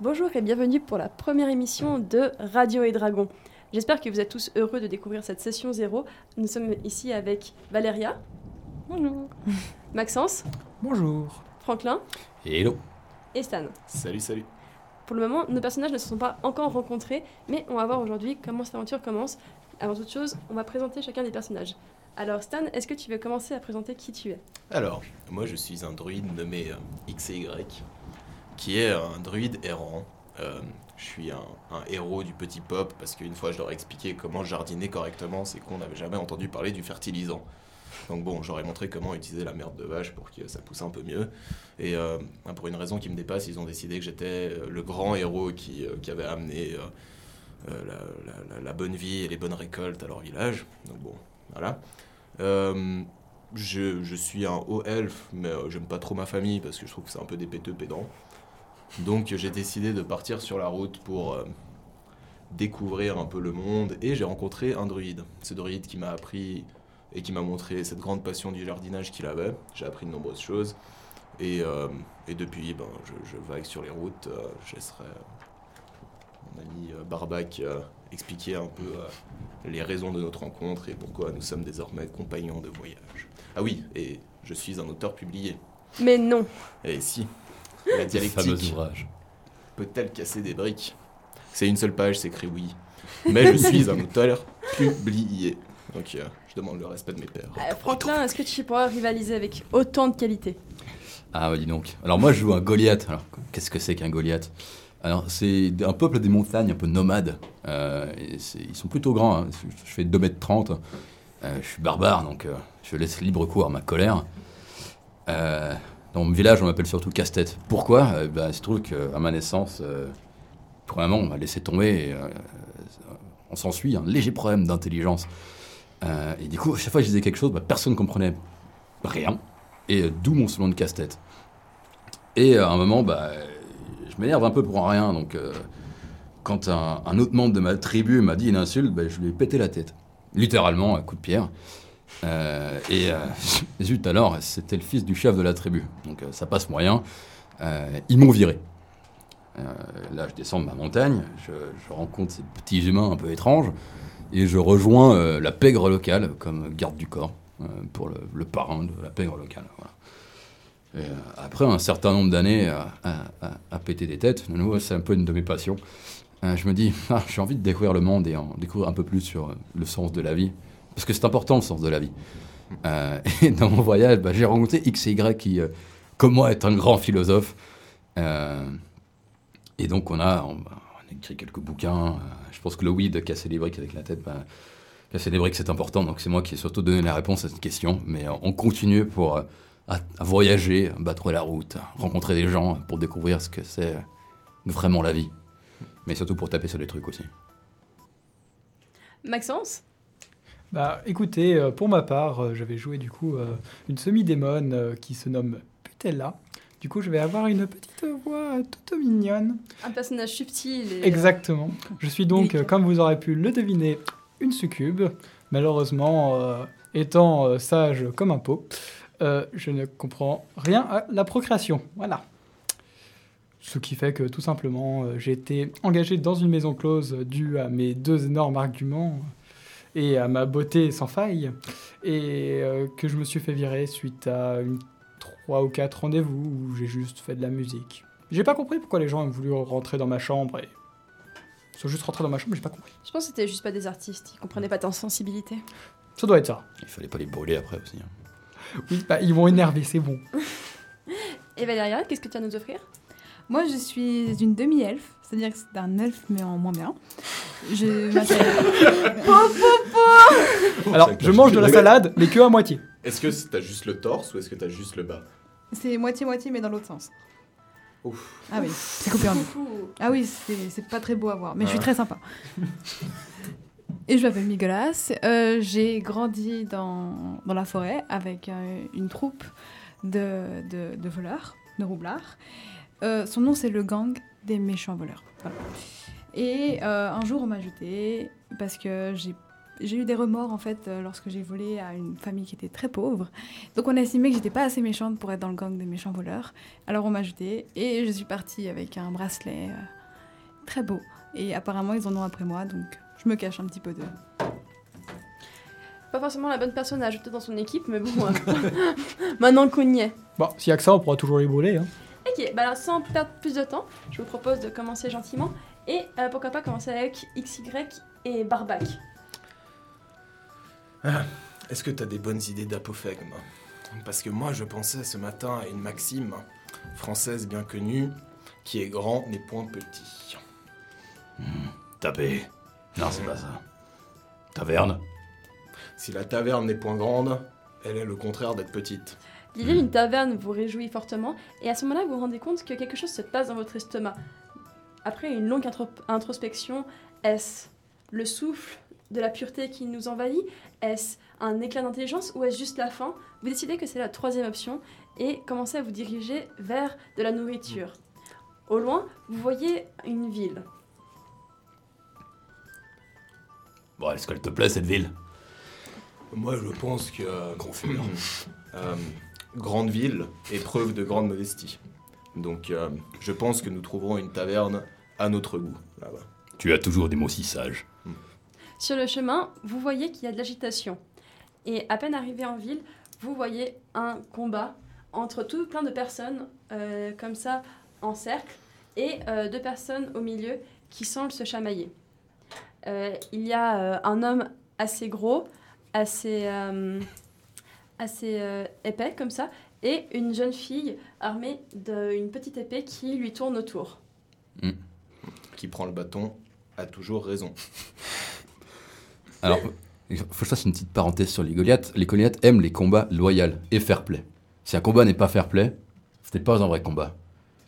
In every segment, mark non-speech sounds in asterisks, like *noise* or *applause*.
Bonjour et bienvenue pour la première émission de Radio et Dragon. J'espère que vous êtes tous heureux de découvrir cette session zéro. Nous sommes ici avec Valéria. Bonjour. *laughs* Maxence, Bonjour. Franklin Hello. et Stan. Salut, salut. Pour le moment, nos personnages ne se sont pas encore rencontrés, mais on va voir aujourd'hui comment cette aventure commence. Avant toute chose, on va présenter chacun des personnages. Alors Stan, est-ce que tu veux commencer à présenter qui tu es Alors, moi je suis un druide nommé euh, XY, qui est un druide errant. Euh, je suis un, un héros du petit pop parce qu'une fois je leur ai expliqué comment jardiner correctement, c'est qu'on n'avait jamais entendu parler du fertilisant. Donc bon, j'aurais montré comment utiliser la merde de vache pour que ça pousse un peu mieux. Et euh, pour une raison qui me dépasse, ils ont décidé que j'étais euh, le grand héros qui, euh, qui avait amené euh, euh, la- la- la- la bonne vie et les bonnes récoltes à leur village. Donc bon, voilà. Euh, je, je suis un haut elfe, mais euh, j'aime pas trop ma famille parce que je trouve que c'est un peu des péteux pédants. Donc euh, j'ai décidé de partir sur la route pour euh, découvrir un peu le monde et j'ai rencontré un druide. Ce druide qui m'a appris et qui m'a montré cette grande passion du jardinage qu'il avait. J'ai appris de nombreuses choses et, euh, et depuis ben, je, je vague sur les routes. euh, je laisserai euh, mon ami euh, Barbac euh, expliquer un peu euh, les raisons de notre rencontre et pourquoi nous sommes désormais compagnons de voyage. Ah oui, et je suis un auteur publié. Mais non Et *laughs* si, la Fameux dialectique ouvrage. peut-elle casser des briques C'est une seule page, c'est écrit oui. Mais je suis un auteur publié. Donc euh, je demande le respect de mes pairs. Euh, Franklin, est-ce que tu pourras rivaliser avec autant de qualité Ah, ouais, dis donc. Alors, moi, je joue un Goliath. Alors, qu'est-ce que c'est qu'un Goliath Alors, c'est un peuple des montagnes, un peu nomade. Euh, et c'est- ils sont plutôt grands. hein. Je fais 2m30. Euh, je suis barbare, donc euh, je laisse libre cours à ma colère. Euh, dans mon village, on m'appelle surtout casse-tête. Pourquoi Euh, ben, Il se trouve qu'à ma naissance, euh, premièrement, on m'a laissé tomber. et, euh, on s'ensuit un léger problème d'intelligence. Euh, et du coup, à chaque fois que je disais quelque chose, bah, personne ne comprenait rien. Et euh, d'où mon salon de casse-tête. Et euh, à un moment, bah, euh, je m'énerve un peu pour un rien. Donc, euh, quand un, un autre membre de ma tribu m'a dit une insulte, bah, je lui ai pété la tête. Littéralement, à coup de pierre. Euh, et euh, *laughs* zut alors, c'était le fils du chef de la tribu. Donc euh, ça passe moyen. Euh, ils m'ont viré. Euh, là, je descends de ma montagne, je, je rencontre ces petits humains un peu étranges, et je rejoins euh, la pègre locale comme garde du corps, euh, pour le, le parrain de la pègre locale. voilà. Et, euh, après un certain nombre d'années à, à- à- à péter des têtes, de nouveau, c'est un peu une de mes passions. euh, je me dis, *laughs* Ah, j'ai envie de découvrir le monde et en découvrir un peu plus sur euh, le sens de la vie. Parce que c'est important le sens de la vie. Euh, *laughs* et dans mon voyage, bah, j'ai rencontré X et Y qui, euh, comme moi, est un grand philosophe. Euh, et donc, on a, on, bah, on a écrit quelques bouquins. Euh, je pense que le oui de casser les briques avec la tête, bah, casser les briques, c'est important. Donc, c'est moi qui ai surtout donné la réponse à cette question. Mais euh, on continue pour euh, à, à voyager, à battre la route, à rencontrer des gens pour découvrir ce que c'est euh, vraiment la vie. Mais surtout pour taper sur des trucs aussi. Maxence Bah écoutez, euh, pour ma part, euh, je vais jouer du coup euh, une semi-démone euh, qui se nomme Putella. Du coup, je vais avoir une petite voix euh, toute mignonne. Un personnage subtil et... Exactement. Je suis donc, Délicat. euh, comme vous aurez pu le deviner, une succube. Malheureusement, euh, étant euh, sage comme un pot, euh, je ne comprends rien à la procréation. Voilà. Ce qui fait que tout simplement, euh, j'ai été engagé dans une maison close due à mes deux énormes arguments et à ma beauté sans faille, et euh, que je me suis fait virer suite à une trois ou quatre rendez-vous où j'ai juste fait de la musique. J'ai pas compris pourquoi les gens ont voulu rentrer dans ma chambre et. Ils sont juste rentrés dans ma chambre, j'ai pas compris. Je pense que c'était juste pas des artistes, ils comprenaient pas ta sensibilité. Ça doit être ça. Il fallait pas les brûler après aussi. hein. Oui, bah, ils vont énerver, c'est bon. Et Valéria, qu'est-ce que tu as à nous offrir Moi, je suis une demi-elfe, c'est-à-dire que c'est un elfe, mais en moins bien. Je m'appelle. *laughs* Oh, Alors, je mange de la salade, mais que à moitié. Est-ce que c'est- t'as juste le torse ou est-ce que t'as juste le bas C'est moitié-moitié, mais dans l'autre sens. Ouf. Ah oui, c'est coupé en deux. Ah oui, c'est c'est pas très beau à voir, mais je suis Ah. très sympa. Et je m'appelle Migolas. euh, J'ai grandi dans, dans la forêt avec euh, une troupe de, de, de voleurs, de roublards. Euh, son nom, c'est le gang des méchants voleurs. Voilà. Et euh, un jour, on m'a jeté parce que j'ai j'ai eu des remords en fait euh, lorsque j'ai volé à une famille qui était très pauvre. Donc on a estimé que j'étais pas assez méchante pour être dans le gang des méchants voleurs. Alors on m'a jetée et je suis partie avec un bracelet euh, très beau. Et apparemment ils en ont après moi, donc je me cache un petit peu d'eux. Pas forcément la bonne personne à ajouter dans son équipe, mais bon, euh, *laughs* maintenant qu'on y est. Bon, s'il y a que ça, on pourra toujours les brûler. Hein. Ok, bah alors sans perdre plus de temps, je vous propose de commencer gentiment et euh, pourquoi pas commencer avec XY et Barbac. Est-ce que t'as des bonnes idées d'apophègme Parce que moi, je pensais ce matin à une maxime française bien connue qui est grand n'est point petit. Taper. Non, c'est pas ça. Taverne. Si la taverne n'est point grande, elle est le contraire d'être petite. L'idée d'une taverne vous réjouit fortement et à ce moment-là, vous vous rendez compte que quelque chose se passe dans votre estomac. Après une longue intro- introspection, est-ce le souffle de la pureté qui nous envahit Est-ce un éclat d'intelligence ou est-ce juste la faim Vous décidez que c'est la troisième option et commencez à vous diriger vers de la nourriture. Au loin, vous voyez une ville. Bon, est-ce qu'elle te plaît cette ville Moi, je pense que. Mhm. Euh, grande ville est preuve de grande modestie. Donc, euh, je pense que nous trouverons une taverne à notre goût là-bas. Tu as toujours des mots si sages. Sur le chemin, vous voyez qu'il y a de l'agitation. Et à peine arrivé en ville, vous voyez un combat entre tout plein de personnes, euh, comme ça, en cercle, et euh, deux personnes au milieu qui semblent se chamailler. Euh, il y a euh, un homme assez gros, assez, euh, assez euh, épais, comme ça, et une jeune fille armée d'une petite épée qui lui tourne autour. Hmm. Qui prend le bâton a toujours raison. Alors, il faut que je fasse une petite parenthèse sur les Goliaths. Les Goliaths aiment les combats loyaux et fair-play. Si un combat n'est pas fair-play, ce n'est pas un vrai combat.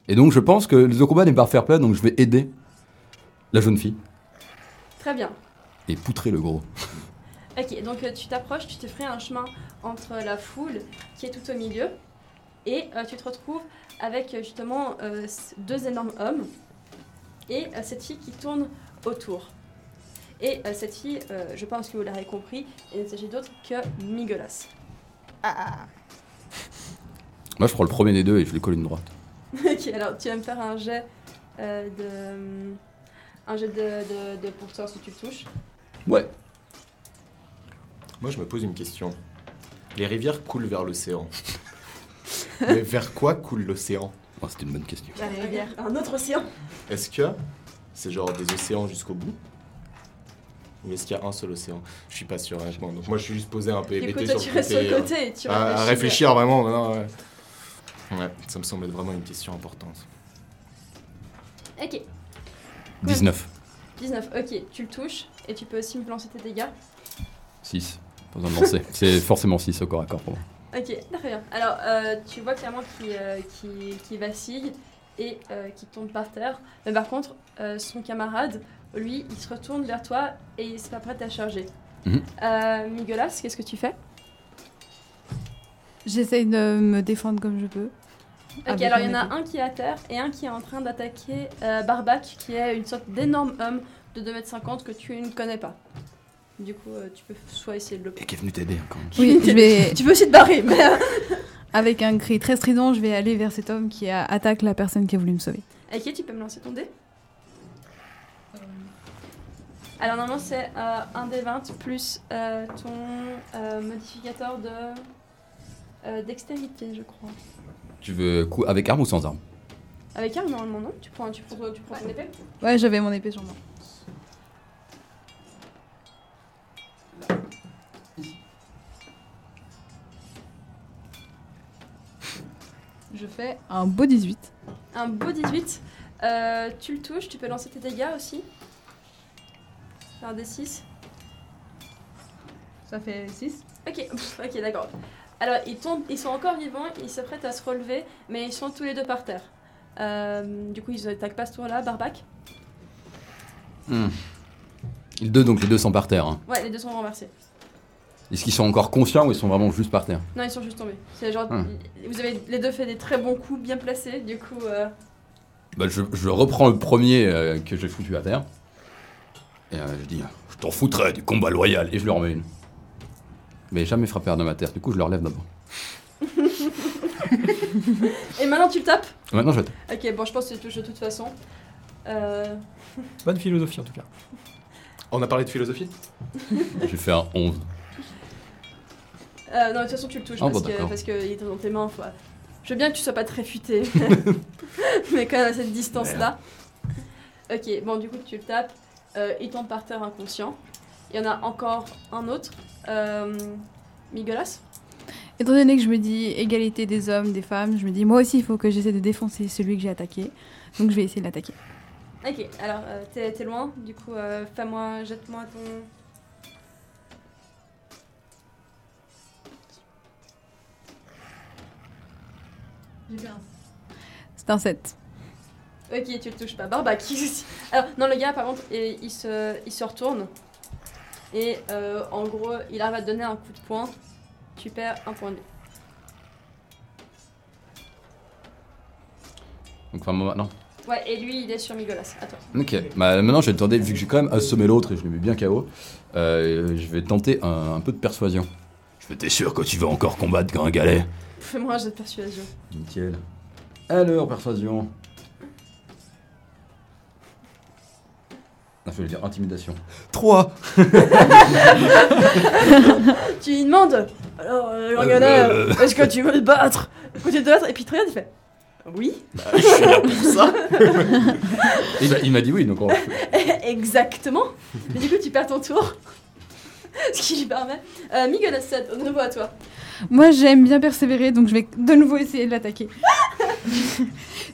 Et donc, je pense que le combat n'est pas fair-play, donc je vais aider la jeune fille Très bien. et poutrer le gros. Ok, donc euh, tu t'approches, tu te ferais un chemin entre la foule qui est tout au milieu et euh, tu te retrouves avec euh, justement euh, s- deux énormes hommes et euh, cette fille qui tourne autour. Et euh, cette fille, euh, je pense que vous l'aurez compris, il ne s'agit d'autre que Migolas. *laughs* Moi, je prends le premier des deux et je lui colle une droite. ok, alors tu vas me faire un jet euh, de. Un jet de, de, de pour savoir si tu le touches. Ouais. Moi, je me pose une question. Les rivières coulent vers *laughs* l'océan. Mais vers quoi coule l'océan Oh, c'est une bonne question. La rivière. Un autre océan Est-ce que c'est genre des océans jusqu'au bout Ou est-ce qu'il y a un seul océan Je suis pas sûr, honnêtement. Donc, moi, je suis juste posé un peu Du coup, hébété toi tu sur le restes sur côté, le euh, côté et tu à, à réfléchis. réfléchir vraiment. non, ouais. Ouais, ça me semble être vraiment une question importante. Ok, 19. 19, ok, tu le touches et tu peux aussi me lancer tes dégâts. 6. Pas besoin de lancer. c'est forcément 6 au corps à corps pour moi. Ok, très bien. Alors, euh, tu vois clairement qu'il euh, qu'il- qu'il vacille et euh, qu'il tombe par terre. Mais par contre, euh, son camarade, lui, il se retourne vers toi et il n'est pas prêt à charger. Mhm. Euh, Migolas, qu'est-ce que tu fais J'essaye de me défendre comme je peux. Ok, Avec alors il mon y en a épée. un qui est à terre et un qui est en train d'attaquer euh, Barbac, qui est une sorte d'énorme homme de 2m50 que tu ne connais pas. Du coup, euh, tu peux soit essayer de le... Et qui est venu t'aider hein, quand Oui, *laughs* je vais, Tu peux aussi te barrer, mais... euh, avec un cri très strident, je vais aller vers cet homme qui a- attaque la personne qui a voulu me sauver. Ok, tu peux me lancer ton dé Alors normalement c'est euh, un dé 20 plus euh, ton euh, modificateur de euh, dextérité je crois. Tu veux coup avec arme ou sans arme Avec arme normalement non Tu prends, tu prends, tu prends ton épée Ouais, j'avais mon épée sur moi. Je fais un beau 18. Un beau 18. Euh, tu le touches, tu peux lancer tes dégâts aussi. Faire un dé 6. Ça fait 6. Ok, pff, ok d'accord. Alors ils tombent, ils sont encore vivants, ils se prêtent à se relever mais ils sont tous les deux par terre. Euh, du coup ils attaquent pas ce tour là, Barbac. Hmm. Les deux, donc les deux sont par terre. hein. Ouais les deux sont renversés. Est-ce qu'ils sont encore conscients ou ils sont vraiment juste par terre Non, ils sont juste tombés. C'est genre, Ah. vous avez les deux fait des très bons coups, bien placés, du coup. euh, Bah, je, je reprends le premier euh, que j'ai foutu à terre. Et euh, je dis, je t'en foutrais du combat loyal. Et je lui remets une. Mais jamais frappé un homme à terre. Du coup, je le relève d'abord. Et maintenant, tu le tapes Maintenant, je tape. Ok, bon, je pense que tu le touches de toute façon. Euh, Bonne philosophie en tout cas. On a parlé de philosophie J'ai fait un 11. euh, non, de toute façon, tu le touches Ah, parce, bon, que, d'accord. parce que il est dans tes mains. faut- euh. Je veux bien que tu sois pas très *laughs* futé, mais quand même à cette distance-là. Ok, bon, du coup, tu le tapes. Euh, il tombe par terre inconscient. Il y en a encore un autre. Euh, Migolas Étant donné que je me dis égalité des hommes, des femmes, je me dis moi aussi il faut que j'essaie de défoncer celui que j'ai attaqué. Donc je vais essayer de l'attaquer. Ok, alors euh, t'es t'es loin, du coup, euh, fais-moi, jette-moi ton. C'est un 7. Ok, tu le touches pas. Barbac. *laughs* Alors, non, le gars, par contre, et- il se, il se retourne. Et euh, en gros, il arrive à te donner un coup de poing. Tu perds un point de vie. Donc, enfin, moi, non. Ouais, et lui, il est sur Migolas. Attends. Ok. Bah, maintenant, j'ai tenté, vu que j'ai quand même assommé l'autre et je l'ai mis bien KO, euh, je vais tenter un, un peu de persuasion. Je t'es sûr que tu vas encore combattre quand un galet *laughs* Fais-moi un jet de persuasion. Nickel. Alors, persuasion. Ah, je vais dire intimidation. 3 Tu lui demandes Alors, euh, Euh, Lorgana, euh, est-ce que tu veux te battre Côté de l'autre, et puis il te regarde, il fait Oui, *laughs* Euh, Je suis là pour ça Il m'a- il m'a dit oui, donc on- exactement. Mais du coup, tu perds ton tour. *laughs* Ce qui lui permet. Euh, Migolas 7, de nouveau à toi. Moi j'aime bien persévérer donc je vais de nouveau essayer de *laughs* l'attaquer.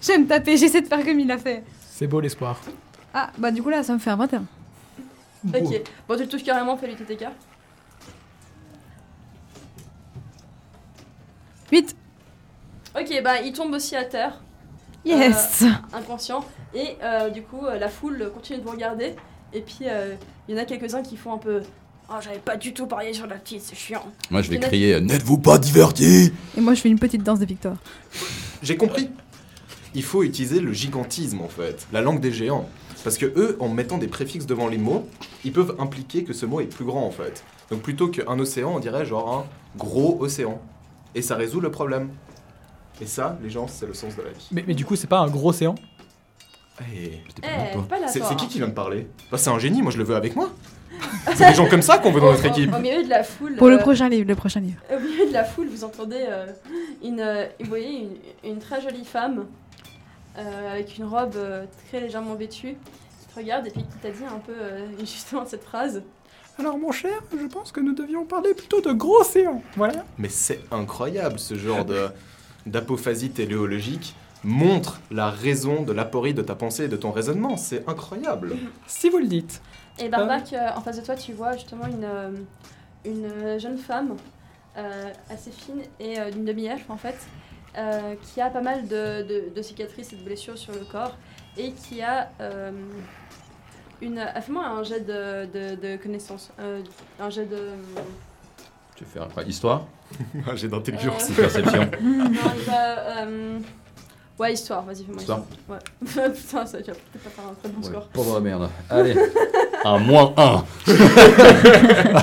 j'aime taper, j'essaie de faire comme il a fait. C'est beau l'espoir. Ah bah du coup là ça me fait un 21. Ok, bon, tu le touches carrément, fais-lui tes écarts. 8. Ok, bah, il tombe aussi à terre. Yes. inconscient. Et euh, du coup, euh, la foule continue de vous regarder. Et puis, euh, il y en a quelques-uns qui font un peu. Oh, j'avais pas du tout parié sur la petite, c'est chiant. *laughs* moi je vais Kenneth. crier euh, N'êtes-vous pas diverti Et moi je fais une petite danse de victoire. J'ai compris. Il faut utiliser le gigantisme en fait, la langue des géants. Parce que eux, en mettant des préfixes devant les mots, ils peuvent impliquer que ce mot est plus grand en fait. Donc plutôt qu'un océan, on dirait genre un gros océan. Et ça résout le problème. Et ça, les gens, c'est le sens de la vie. Mais, mais du coup, c'est pas un gros océan Hey, Eh, J'étais pas bien, toi. pas la C'est part, c'est qui hein. qui vient me parler Bah, C'est un génie, moi je le veux avec moi. C'est des gens comme ça qu'on veut dans notre Au- équipe. Au, au milieu de la foule. Pour le euh, prochain livre, le prochain livre. Au milieu de la foule, vous entendez euh, une, euh, vous voyez une, une très jolie femme euh, avec une robe euh, très légèrement vêtue qui te regarde et puis qui t'a dit un peu euh, *laughs* justement cette phrase. Alors mon cher, je pense que nous devions parler plutôt de gros océan. Voilà. Mais c'est incroyable ce genre de d'apophasie téléologique montre la raison de l'aporie de ta pensée et de ton raisonnement. C'est incroyable. Si vous le dites. Et Barbac, euh, en face de toi, tu vois justement une, euh, une euh, jeune femme euh, assez fine et euh, d'une demi-elfe en fait, euh, qui a pas mal de, de- de cicatrices et de blessures sur le corps et qui a euh, une. ah, Fais-moi un jet de, de, de connaissance, euh, un jet de. Je vais faire quoi Histoire Ah, *laughs* J'ai d'intelligence. Euh, Perception. non, pas, euh, ouais, histoire, vas-y, fais-moi Histoire. Ouais. *laughs* Putain, ça, tu vas peut-être pas faire un très bon Ouais, score. pauvre merde. Allez. un moins *laughs* 1.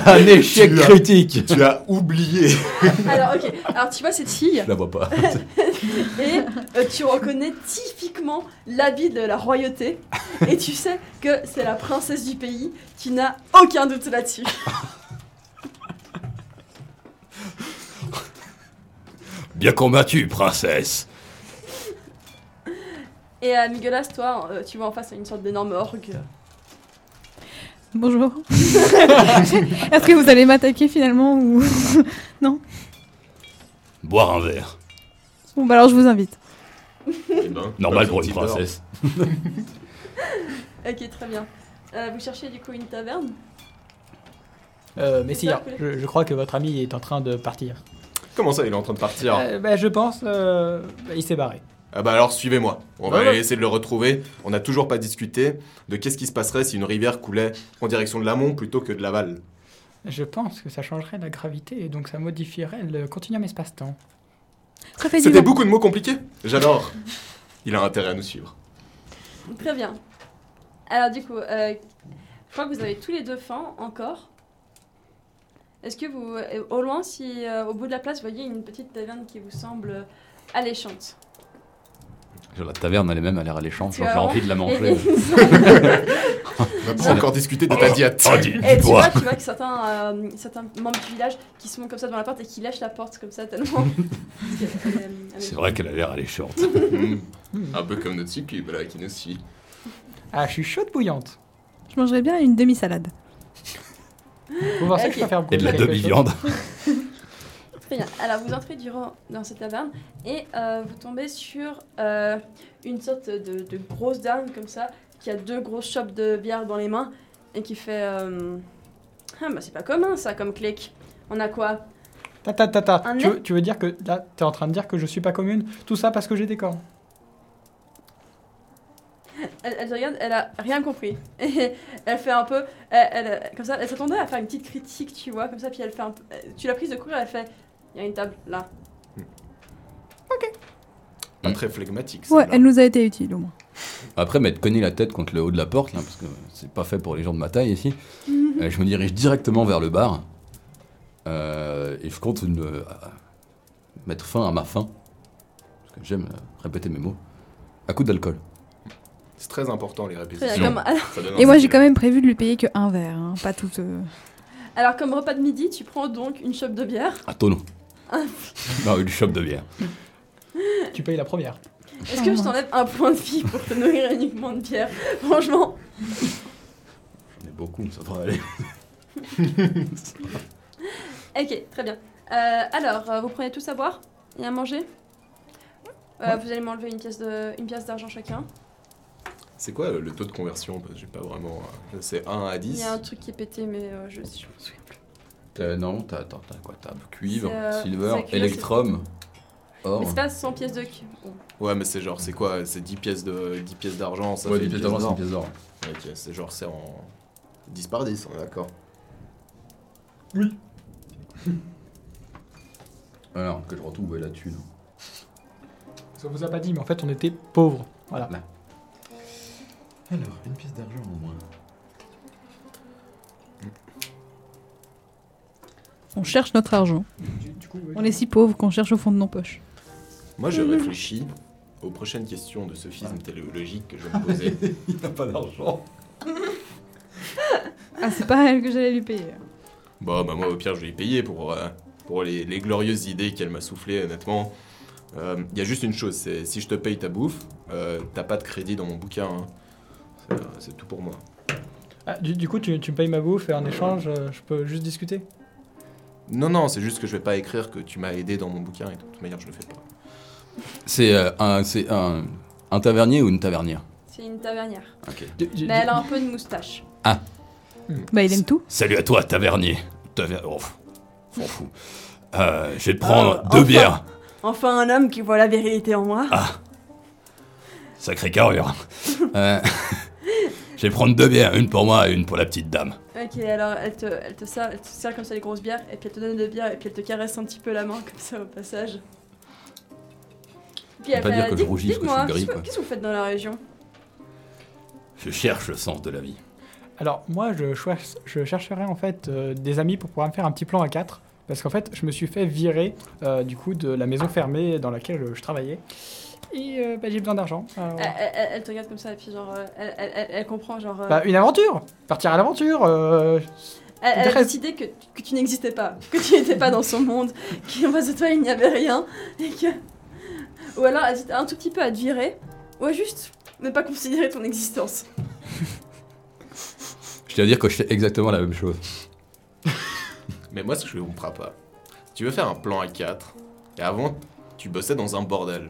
un échec Tu as- critique. Je tu as oublié. Alors, ok, alors tu vois cette fille. la vois pas. Et euh, tu reconnais typiquement l'habit de la royauté. Et tu sais que c'est la princesse du pays qui n'a aucun doute là-dessus. Bien combattu, princesse. Et à Migolas, toi, euh, tu vois en face une sorte d'énorme orgue. *laughs* Bonjour. Est-ce que vous allez m'attaquer finalement *laughs* ou Boire un verre. Bon bah alors je vous invite. Eh ben, Normal pour une princesse. Ok, très bien. Euh, vous cherchez du coup une taverne Euh, mais si, Ça, hein, cool. je, je crois que votre ami est en train de partir. Comment ça, il est en train de partir Euh, bah, je pense, euh, bah, il s'est barré. Ah bah alors suivez-moi. On va Non, non. aller essayer de le retrouver. On n'a toujours pas discuté de qu'est-ce qui se passerait si une rivière coulait en direction de l'amont plutôt que de l'aval. Je pense que ça changerait la gravité et donc ça modifierait le continuum espace-temps. Très fait C'était beaucoup de mots compliqués. J'adore. Il a intérêt à nous suivre. Très bien. Alors du coup, euh, Je crois que vous avez tous les deux faim encore. Est-ce que vous, euh, au loin, si euh, au bout de la place, vous voyez une petite taverne qui vous semble euh, alléchante Genre, La taverne, elle est même, elle a l'air alléchante. Tu genre, J'ai as- envie de la Et- *laughs* manger. *laughs* On va pas encore discuter de Oh, ta diète. Et Eh, tu vois, tu vois que certains, euh, certains membres du village qui se montent comme ça devant la porte et qui lâchent la porte comme ça tellement. Parce que, euh, avec- C'est vrai qu'elle a l'air alléchante. *laughs* Mmh. Un peu comme notre succube là qui nous suit. Ah, je suis chaude bouillante. Je mangerais bien une demi-salade. Vous voir ça que Ok. je préfère Et de la goûter quelque chose. demi-viande. Très bien. Alors vous entrez durant, dans cette taverne et euh, vous tombez sur euh, une sorte de, de grosse dame comme ça qui a deux grosses chopes de bière dans les mains et qui fait euh, ah bah c'est pas commun ça comme clic. On a quoi Ta ta ta ta. Un Tu nez. veux, tu veux dire que là, t'es en train de dire que je suis pas commune Tout ça parce que j'ai des *laughs* cornes. elle, elle te regarde, elle a rien compris. *laughs* Et elle fait un peu, elle, elle- comme ça, elle s'attendait à faire une petite critique, tu vois, comme ça, puis elle fait un peu- tu l'as prise de court, elle fait, il y a une table là. Pas Mmh. très flegmatique. Ouais, celle-là. elle nous a été utile au moins. Après m'être cogné la tête contre le haut de la porte, là, parce que c'est pas fait pour les gens de ma taille ici, Mm-hmm. euh, je me dirige directement vers le bar. Euh, et je compte une- euh, mettre fin à ma faim. Parce que j'aime euh, répéter mes mots. À coup d'alcool. C'est très important les Très répétitions. bien, comme- alors, Ça donne Et un moi, j'ai style. quand même prévu de lui payer que un verre, hein, pas tout. euh, alors, comme repas de midi, tu prends donc une chope de bière. Un tonneau. Ah. non, une chope de bière. Tu payes la première. Est-ce que je t'enlève un point de vie pour te nourrir uniquement de bière Franchement, On est beaucoup, ça devrait aller. ok, très bien. Euh, alors, euh, vous prenez tous à boire et à manger Euh, Vous allez m'enlever une pièce de, une pièce d'argent chacun. C'est quoi euh, le taux de conversion Parce que j'ai pas vraiment. euh, C'est 1 à Il 10. y a un truc qui est pété, mais euh, je, je m'en souviens plus. Euh, non, t'as attends, t'as quoi T'as cuivre, C'est, euh, silver, c'est cuivre, electrum, or. Mais c'est pas 100 pièces de. bon. Ouais, mais c'est genre, c'est quoi C'est 10 pièces de 10 pièces d'argent, ça Ouais, fait des une pièces d'argent, c'est une d'or. pièce d'or. Ok, c'est genre, c'est en 10 par 10, on est d'accord. Alors, Ah que je retrouve où est la thune. Ça vous a pas dit, mais en fait, on était pauvres. Voilà. Alors, une pièce d'argent au moins. On cherche notre argent. On est si pauvres qu'on cherche au fond de nos poches. Moi, Mhm. je réfléchis aux prochaines questions de sophisme téléologique que je vais me *laughs* poser. *laughs* Il n'a pas d'argent. Ah, c'est pas elle que j'allais lui payer. bon, bah, moi, au pire, je vais y payer pour, euh, pour les, les glorieuses idées qu'elle m'a soufflées, honnêtement. Il y a juste une chose c'est si je te paye ta bouffe, euh, t'as pas de crédit dans mon bouquin. hein. C'est, euh, C'est tout pour moi. Ah, du, du coup, tu, tu me payes ma bouffe et en échange, euh, je peux juste discuter. Non, non, c'est juste que je vais pas écrire que tu m'as aidé dans mon bouquin et de toute manière, je le fais pas. C'est euh, un, c'est un, un tavernier ou une tavernière C'est une tavernière. Ok. Du- du- Mais elle a un peu de moustache. Bah, il aime tout. Salut à toi, tavernier. Taver... Oh, s'en fout. Euh, je vais te prendre prendre Euh, deux deux enfin. bières. bières. Enfin un homme qui voit la vérité en moi. Ah. Sacré carrure. Euh, *laughs* je vais prendre deux bières, une pour moi et une pour la petite dame. Ok, alors elle te, elle, te sert, elle te sert comme ça les grosses bières, et puis elle te donne deux bières, et puis elle te caresse un petit peu la main comme ça au passage. Puis pas dire que je Dites- rougisse, que je dites-moi, suis gris, qu'est-ce que- quoi. Qu'est-ce que vous faites dans la région Je cherche le sens de la vie. Alors, moi, je, choi- je chercherais en fait euh, des amis pour pouvoir me faire un petit plan à 4. Parce qu'en fait, je me suis fait virer euh, du coup de la maison fermée dans laquelle euh, je travaillais. Et euh, bah, j'ai besoin d'argent. Alors, Euh. elle, elle- elle- elle te regarde comme ça, et puis genre, euh, elle, elle- elle- elle comprend, genre, euh, bah, une aventure Partir à l'aventure euh, elle, elle a intéresse. décidé que, que tu n'existais pas, que tu n'étais pas dans son monde, *laughs* qu'en face de toi il n'y avait rien, et que... Ou alors elle hésite un tout petit peu à te virer, ou à juste ne pas considérer ton existence. Je tiens à dire que je fais exactement la même chose. Mais moi, ce que je comprends pas, tu veux faire un plan à 4 et avant, tu bossais dans un bordel.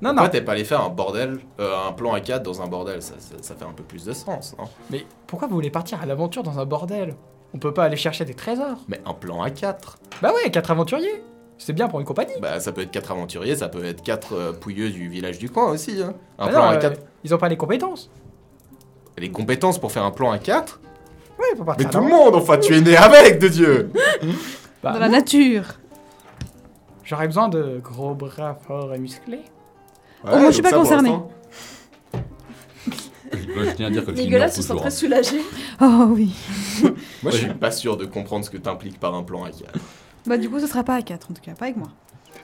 Non, non, Pourquoi t'es pas allé faire un bordel, euh, un plan à 4 dans un bordel ça, ça- ça fait un peu plus de sens, hein. non mais pourquoi vous voulez partir à l'aventure dans un bordel On peut pas aller chercher des trésors. Mais un plan à 4 Bah ouais, quatre aventuriers C'est bien pour une compagnie. Bah, ça peut être 4 aventuriers, ça peut être 4 pouilleux du village du coin aussi. hein. Un Ah Bah plan non, à euh, 4 Ils ont pas les compétences. Les compétences pour faire un plan à 4 Ouais, pour Ah, Mais partir à tout le l'aventure. monde, enfin, tu es né avec, de Dieu Bah, Dans la nature. J'aurais besoin de gros bras forts et musclés. Oh, moi, je suis donc pas ça, pour concernée. l'instant, Moi, je tiens à dire que je Nicolas l'ignore se sent toujours. très hein. soulagé. Oh oui. Moi, je suis pas sûr de comprendre ce que t'impliques par un plan à quatre. Bah du coup, ce sera pas à 4, en tout cas, pas avec moi.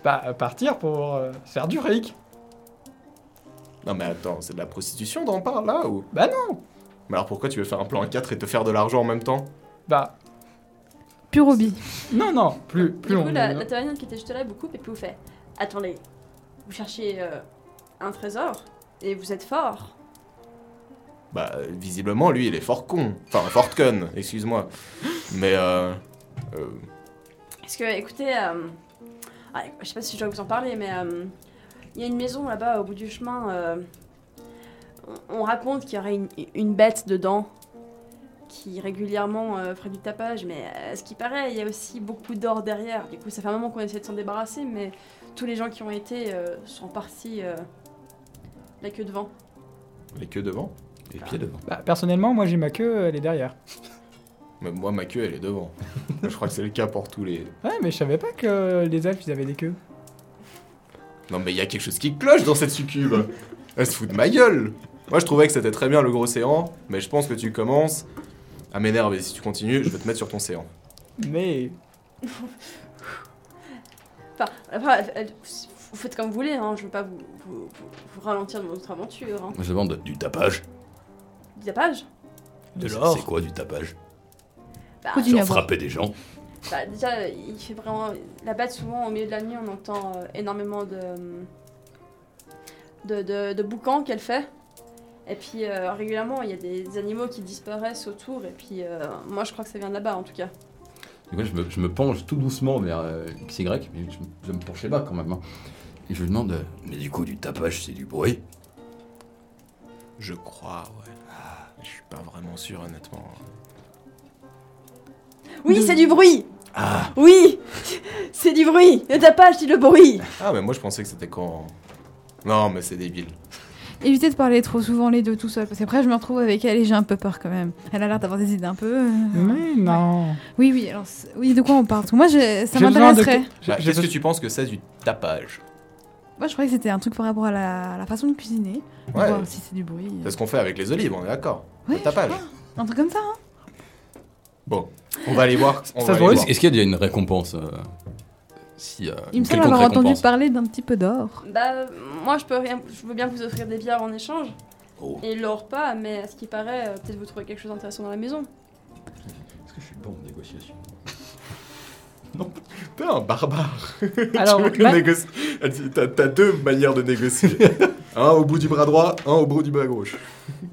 Bah, euh, partir pour euh, faire du rake. Non, mais attends, c'est de la prostitution d'en parler là ou Bah non Mais alors pourquoi tu veux faire un plan à 4 et te faire de l'argent en même temps Bah, Pure hobby. non, non, plus, plus du on... coup, la, la terrienne qui était juste là vous coupe et puis vous fait Attendez, vous cherchez euh, un trésor et vous êtes fort. Bah, euh, visiblement, lui, il est fort con. Enfin, fort con, excuse-moi. Mais euh. euh, Parce que, écoutez, euh, ah, je sais pas si je dois vous en parler, mais euh, il y a une maison là-bas au bout du chemin. euh, on, on raconte qu'il y aurait une, une bête dedans qui régulièrement euh, ferait du tapage, mais euh, ce qui paraît, il y a aussi beaucoup d'or derrière. Du coup, ça fait un moment qu'on essaie de s'en débarrasser, mais tous les gens qui ont été euh, sont partis euh, la queue devant. les queues devant Et pieds devant. Bah, personnellement, moi, j'ai ma queue, euh, elle est derrière. Mais moi, ma queue, elle est devant. je crois que c'est le cas pour tous les. Ouais, mais je savais pas que euh, les elfes, ils avaient des queues. Non, mais il y a quelque chose qui cloche dans cette succube Elle se fout de ma gueule Moi, je trouvais que c'était très bien le gros séant, mais je pense que tu commences à m'énerver. Si tu continues, je vais te mettre sur ton séant. Mais... Enfin, après, elle- vous faites comme vous voulez, hein, je veux pas vous, vous- vous- vous ralentir de votre aventure. Hein. Je demande du tapage. Du tapage De C'est- l'or. C'est quoi du tapage Bah, Faut du Genre nabre. frapper des gens. bah, Déjà, il fait vraiment. La bête, souvent, au milieu de la nuit, on entend euh, énormément de. de, de, de boucans qu'elle fait. Et puis, euh, régulièrement, il y a des animaux qui disparaissent autour. Et puis, euh, moi, je crois que ça vient de là-bas, en tout cas. Du coup, je me, je me penche tout doucement vers euh, XY, mais je, je me penchais bas quand même. hein. Et je lui demande, euh, mais du coup, du tapage, c'est du bruit Je crois, ouais. Ah, Je suis pas vraiment sûr, honnêtement. Oui, c'est du bruit Ah Oui *laughs* C'est du bruit Le tapage, c'est le bruit Ah, mais moi, je pensais que c'était quand. Non, mais c'est débile. Évitez de parler trop souvent les deux tout seul, parce qu'après je me retrouve avec elle et j'ai un peu peur quand même. Elle a l'air d'avoir des idées un peu. euh, Mais Bah, non... Oui, oui, alors c'est- oui, de quoi on parle Parce que Moi, je- ça J'ai besoin de- m'intéresserait. j'ai- Bah, j'ai Qu'est-ce que besoin- tu penses que c'est du tapage Moi, je croyais que c'était un truc par rapport à la, à la façon de cuisiner. Pour Ouais. Voir si c'est du bruit. euh. C'est ce qu'on fait avec les olives, on est d'accord Ouais, Le tapage. je sais pas. Un truc comme ça, hein Bon, on va aller voir. On Ça va se aller voit, voir. Est-ce qu'il y a une récompense euh, si, euh, Il me une semble quelconque avoir entendu récompense parler d'un petit peu d'or. Bah, moi, je peux rien. Je veux bien vous offrir des bières en échange. Oh, Et l'or pas, mais à ce qui paraît, euh, peut-être vous trouvez quelque chose d'intéressant dans la maison. est-ce que je suis bon en négociation T'es un barbare. Alors, bah, Tu veux que ma- le négoci- Elle dit, T'as t'as deux manières de *laughs* négocier. un au bout du bras droit, un au bout du bras gauche.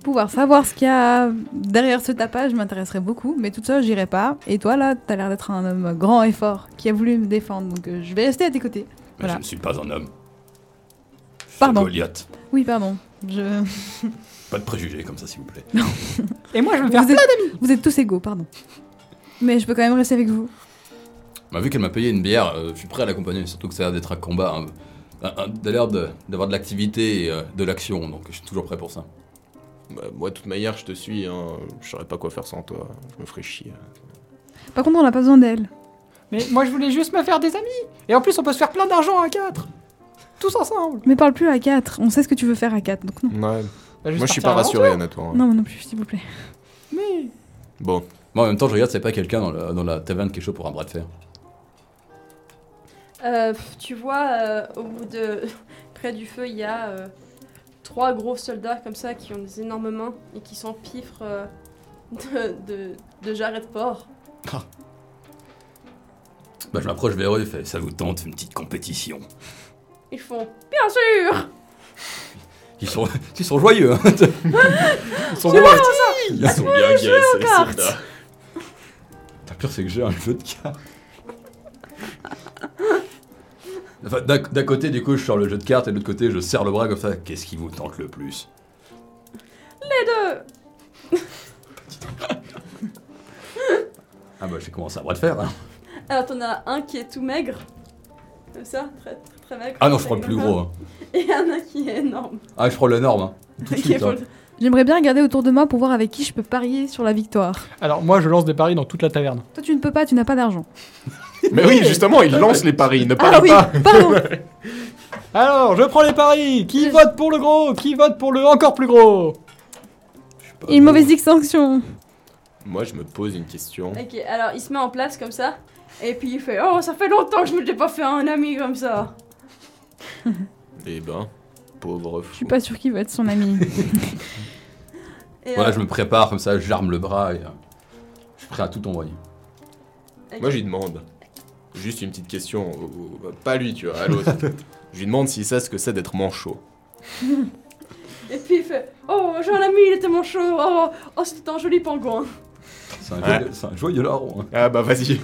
Pouvoir savoir ce qu'il y a derrière ce tapage m'intéresserait beaucoup, mais toute seule, j'irai pas. Et toi, là, t'as l'air d'être un homme grand et fort qui a voulu me défendre, donc euh, je vais rester à tes côtés. Mais Voilà. Je ne suis pas un homme. Je suis Pardon. Goliath. Oui, pardon. *laughs* Je... Pas de préjugés comme ça, s'il vous plaît. Et moi, je veux faire... Vous, êtes... vous êtes tous égaux, pardon. Mais je peux quand même rester avec vous. Bah, vu qu'elle m'a payé une bière, euh, je suis prêt à l'accompagner, surtout que ça a l'air d'être un combat. hein. Un- un- T'as l'air de- d'avoir de l'activité et euh, de l'action, donc je suis toujours prêt pour ça. Bah, moi, de toute manière, je te suis. Hein. Je saurais pas quoi faire sans toi. Je me ferais chier. Par contre, on n'a pas besoin d'elle. Mais moi, je voulais juste me faire des amis. Et en plus, on peut se faire plein d'argent à quatre. Tous ensemble. Mais parle plus à 4. On sait ce que tu veux faire à 4, donc non. Ouais. Moi, Bah, je suis pas rassuré, honnêtement. Non, mais non plus, s'il vous plaît. Mais... Bon, Moi, en même temps, je regarde s'il n'y a pas quelqu'un dans la, dans la taverne qui est chaud pour un bras de fer. Euh, pff, tu vois, euh, au bout de. *laughs* près du feu, il y a euh, trois gros soldats comme ça qui ont des énormes mains et qui s'empiffrent euh, *laughs* de, de, de jarrets de porc. Bah, je m'approche vers eux et fais Ça vous tente une petite compétition Ils font Bien sûr Ils sont, *laughs* ils sont joyeux, hein Ils sont bons. ils sont bien gays, ces cartes. soldats. La pire, c'est que j'ai un jeu de cartes. Enfin, d'un- d'un côté, du coup, je sors le jeu de cartes, et de l'autre côté, je serre le bras comme ça. Qu'est-ce qui vous tente le plus Les deux Ah bah, j'ai commencé à bras de fer. hein. Alors, t'en as un qui est tout maigre, comme ça, très très, très maigre. Ah non, je prends le plus gros. hein. *laughs* Et un qui est énorme. Ah, je prends le norme. hein. Tout de Qui est suite, hein. pour- J'aimerais bien regarder autour de moi pour voir avec qui je peux parier sur la victoire. Alors, moi, je lance des paris dans toute la taverne. Toi, tu ne peux pas, tu n'as pas d'argent. Mais oui, justement, ils lancent les paris. Ne parle Ah oui, pas. *laughs* pardon Alors, je prends les paris. Qui vote pour le gros Qui vote pour le encore plus gros Et une mauvaise distinction. Moi, je me pose une question. Ok, alors il se met en place comme ça, et puis il fait Oh, ça fait longtemps que je me l'ai pas fait un ami comme ça. Eh ben, pauvre Je fou. suis pas sûre qu'il va être *laughs* son ami. Et, Voilà, euh, je me prépare comme ça, j'arme le bras et euh, je suis prêt à tout envoyer. ok. Moi, je lui demande. Juste une petite question. au- au- Pas lui, tu vois, à l'autre. je lui demande s'il sait ce que c'est d'être manchot. Et puis il fait Oh, j'ai un ami, il était mon chaud. Oh, oh c'était un joli pingouin. C'est un, Ouais. joyeux- c'est un joyeux larron. hein. Ah bah, vas-y.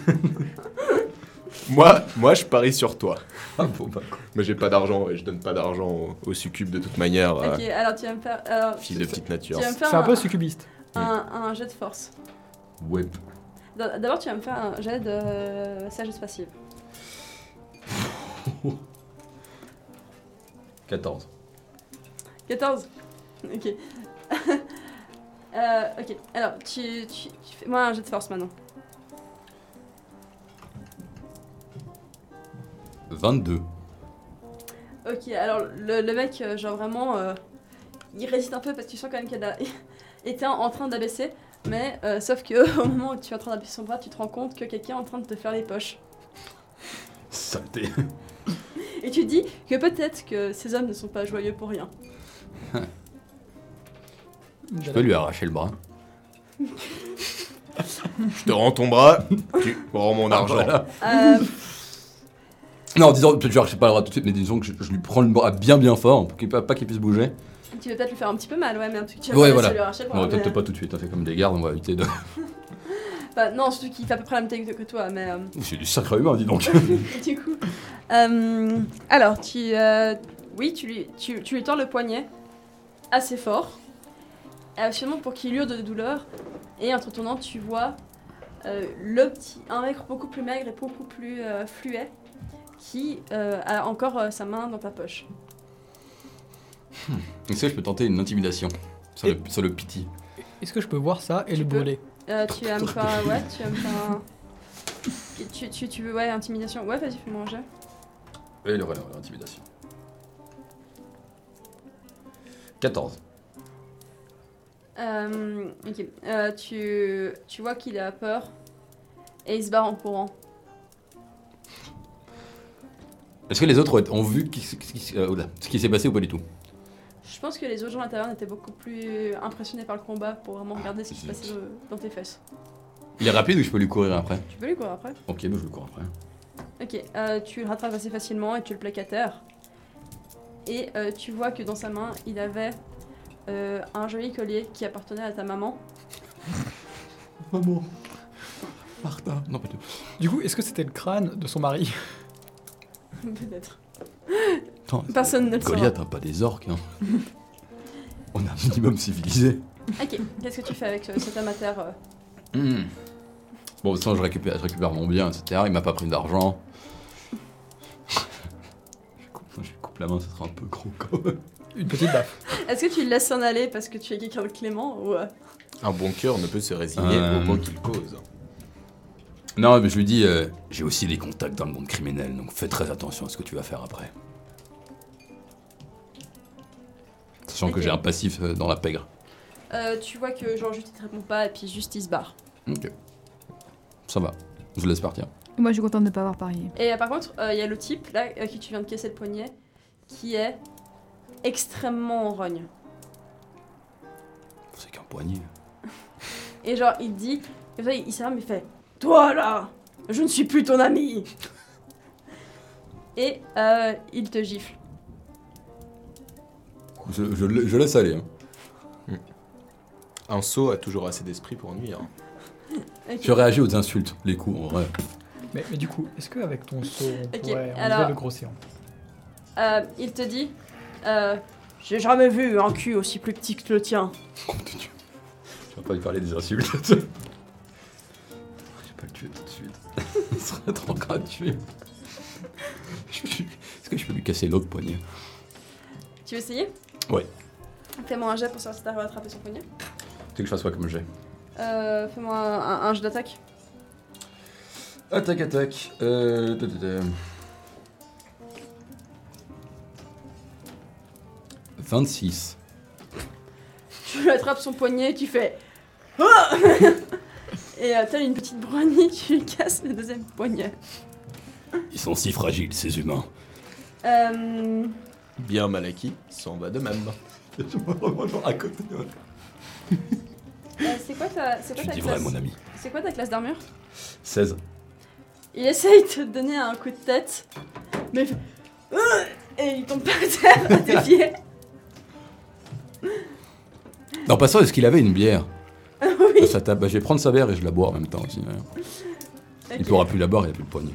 *laughs* moi, moi, je parie sur toi. Ah, bon, bah, quoi. Mais j'ai pas d'argent et je donne pas d'argent au, au succube de toute manière. Ok, alors tu vas me faire. Alors, euh, Fils de petite tu nature. vas me faire C'est un un, peu succubiste. un- un jet de force. ouais. D'a- D'abord, tu vas me faire un jet de euh, sagesse passive. 14. 14 Ok. *laughs* Euh, ok, alors tu, tu, tu fais moi un jet de force maintenant. 22. Ok, alors le, le mec, euh, genre vraiment, euh, il résiste un peu parce que tu sens quand même qu'il a- *laughs* était en- en train d'abaisser, mais euh, sauf que *laughs* au moment où tu es en train d'appuyer son bras, tu te rends compte que quelqu'un est en train de te faire les poches. Saleté. Et tu te dis que peut-être que ces hommes ne sont pas joyeux pour rien. Je peux lui arracher le bras. Je te rends ton bras, tu rends mon argent. Ah, Voilà. Euh, Non, disons, peut-être je arrache pas le bras tout de suite, mais disons que je, je lui prends le bras bien bien fort pour qu'il pas, pas qu'il puisse bouger. tu veux peut-être lui faire un petit peu mal, ouais, mais un truc tu vas Ouais, pas voilà. laisser lui arracher le bras, Bon, peut-être mais- pas tout de suite, on fait comme des gardes, on va éviter de. *laughs* Enfin, non, surtout qu'il fait à peu près la même technique que toi, mais. euh, *laughs* C'est du sacré humain, dis donc. du coup. Euh, alors, tu, euh, oui, tu lui, tu, tu lui tords le poignet assez fort, euh, sûrement pour qu'il hurle de douleur. Et en te retournant, tu vois euh, le petit, un mec beaucoup plus maigre et beaucoup plus euh, fluet qui euh, a encore euh, sa main dans ta poche. Tu sais, je peux tenter une intimidation sur le, sur le pity. Est-ce que je peux voir ça et le peux. brûler Euh, tu vas me faire *laughs* un. Ouais, tu vas me faire un. Tu, tu, tu veux, ouais, intimidation. Ouais, vas-y, fais-moi un jet. Et le voilà, l'intimidation. 14. Euh, ok. Euh, tu, tu vois qu'il a peur et il se barre en courant. Est-ce que les autres ont- ont vu qui- qui- qui- euh, oula, ce qui s'est passé ou pas du tout Je pense que les autres gens à l'intérieur étaient beaucoup plus impressionnés par le combat pour vraiment regarder ce qui se zut. passait euh, dans tes fesses. Il est rapide ou je peux lui courir après Tu peux lui courir après Ok, bah je lui cours après. Ok, euh, tu le rattrapes assez facilement et tu le plaques à terre. Et euh, tu vois que dans sa main, il avait euh, un joli collier qui appartenait à ta maman. Maman. Martha. Non, pas du tout. Du coup, est-ce que c'était le crâne de son mari *laughs* *laughs* Peut-être. Attends, Personne ne le saura. Goliath, hein, pas des orques. Hein. *laughs* On est un minimum civilisé. Ok, qu'est-ce que tu fais avec euh, cet amateur euh Hmm. Bon, de toute façon, je récupère, je récupère mon bien, etc. Il m'a pas pris d'argent. *laughs* je, coupe, je coupe la main, ça sera un peu gros quand même. Une petite baffe. Est-ce que tu le laisses s'en aller parce que tu es quelqu'un de clément ou... euh, Un bon cœur ne peut se résigner Euh. au mot qu'il cause. Non, mais je lui dis, euh, j'ai aussi des contacts dans le monde criminel, donc fais très attention à ce que tu vas faire après. Sachant que Ok. j'ai un passif euh, dans la pègre. Euh, tu vois que genre juste il te répond pas et puis juste il se barre. Ok. Ça va, je le laisse partir. Moi, je suis contente de ne pas avoir parié. Et euh, par contre, euh, il y a le type là à qui tu viens de casser le poignet qui est extrêmement en rogne. C'est qu'un poignet. Et genre il te dit, comme ça, il, il s'arrête mais il fait Toi là Je ne suis plus ton ami *laughs* Et euh, il te gifle. Je, je la- je laisse aller. hein. Un sot a toujours assez d'esprit pour nuire. Ok. Je réagis aux insultes, les coups, en vrai. Mais, mais du coup, est-ce qu'avec ton saut, on Ok, pourrait enlever alors- le gros séant Euh, il te dit euh, J'ai jamais vu un cul aussi plus petit que le tien. Oh mon dieu. Je vais pas lui parler des insultes. *laughs* Je vais pas le tuer tout de suite. *laughs* Ce serait trop gratuit. Je- je- Est-ce que je peux lui casser l'autre poignet Tu veux essayer Ouais. Fais-moi un jet pour savoir si t'arrives à attraper son poignet. Tu veux que je fasse quoi comme j'ai Euh, Fais-moi un- un- un jet d'attaque. Attaque, attaque. Euh. da, da, da. 26. *laughs* tu attrapes son poignet, tu fais. *laughs* Oh Et euh, t'as une petite brownie, tu lui casses le deuxième poignet. Ils sont si fragiles, ces *laughs* humains. Euh, Bien Malaki s'en va de même. à côté euh, c'est quoi ta, c'est quoi Tu ta dis vrai, classe mon ami. C'est quoi ta classe d'armure 16. Il essaye de te donner un coup de tête, mais il fait. Ah Et il tombe par terre *laughs* à *laughs* tes pieds. En passant, est-ce qu'il avait une bière oui. Ça tape. Bah, je vais prendre sa bière et je la bois en même temps aussi. hein. ouais. Il Ok. pourra plus la boire, il a plus le poignet.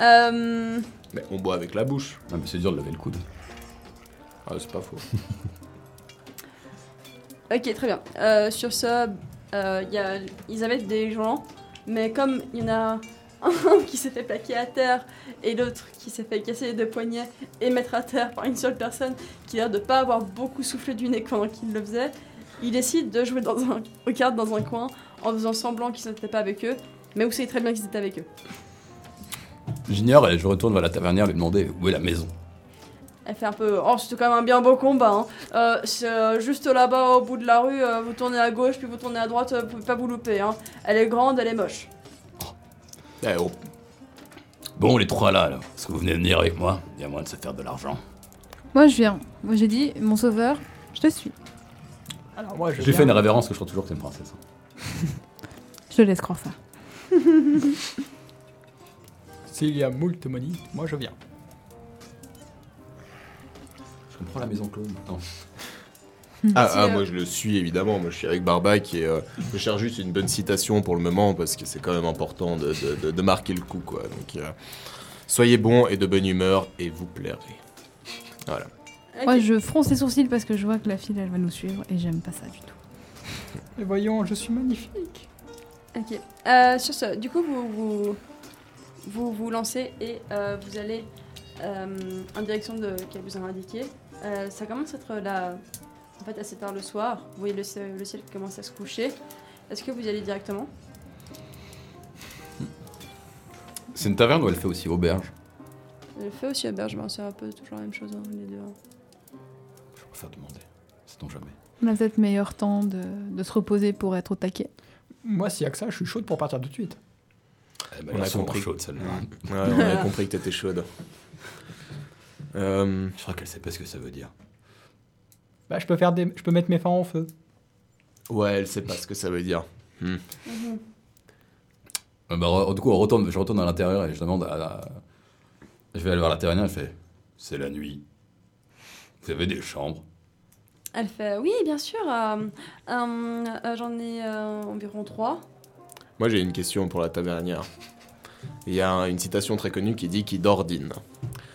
Euh, Mais on boit avec la bouche. Ah, mais c'est dur de laver le coude. Ah, c'est pas faux. ok, très bien. Euh, sur ça, euh, il y a, ils avaient des gens, mais comme il y en a un *laughs* qui s'est fait plaquer à terre et l'autre qui s'est fait casser les deux poignets et mettre à terre par une seule personne qui a l'air de pas avoir beaucoup soufflé du nez pendant qu'il le faisait, il décide de jouer dans un, aux cartes dans un coin en faisant semblant qu'ils n'étaient pas avec eux, mais où c'est très bien qu'ils étaient avec eux. J'ignore et je retourne vers la tavernière lui demander où est la maison. Elle fait un peu. Oh, c'était quand même un bien beau combat. Hein. Euh, c'est euh, juste là-bas au bout de la rue, euh, vous tournez à gauche, puis vous tournez à droite, euh, vous pouvez pas vous louper. Hein. Elle est grande, elle est moche. Eh, on- Bon, les trois là, alors, est-ce que vous venez venir avec moi Il y a moyen de se faire de l'argent. Moi, je viens. Moi, j'ai dit, mon sauveur, je te suis. Alors moi, Je lui fais une révérence que je crois toujours que c'est une princesse. hein. Je te laisse croire ça. S'il y a moult money, moi je viens. Je comprends la maison close maintenant. Ah, Si, ah, euh, moi je le suis évidemment, moi je suis avec Barbac et euh, je cherche juste une bonne citation pour le moment parce que c'est quand même important de, de- de- de marquer le coup quoi. Donc euh, soyez bon et de bonne humeur et vous plairez. Voilà. Ok. Moi, je fronce les sourcils parce que je vois que la fille, elle va nous suivre et j'aime pas ça du tout. Et voyons, je suis magnifique. Ok. Euh, sur ce, du coup, vous vous, vous, vous lancez et euh, vous allez euh, en direction de, qu'elle vous a indiqué. Euh, ça commence à être là, en fait, assez tard le soir. Vous voyez le, ciel- le ciel qui commence à se coucher. Est-ce que vous y allez directement C'est une taverne où elle fait aussi auberge. Je fais aussi hébergement, c'est un peu toujours la même chose, hein, les deux. hein. Je préfère demander. Sait-on jamais On a peut-être meilleur temps de, de se reposer pour être au taquet. *laughs* Moi, s'il y a que ça, je suis chaude pour partir tout de suite. eh ben, On elles a sont compris. chaudes, celles-là. Ouais, on *laughs* a compris que t'étais chaude. Euh, Je crois qu'elle sait pas ce que ça veut dire. Bah, je peux faire des, je peux mettre mes fins en feu. ouais, elle sait pas ce que ça veut dire. Ouais, bah, re- du coup, on retourne, je retourne à l'intérieur et je demande à la... Je vais aller voir la tavernière, elle fait C'est la nuit. Vous avez des chambres Elle fait Oui, bien sûr. euh, euh, euh, J'en ai euh, environ trois. Moi j'ai une question pour la tavernière. Il y a un- une citation très connue qui dit qui dort dîne.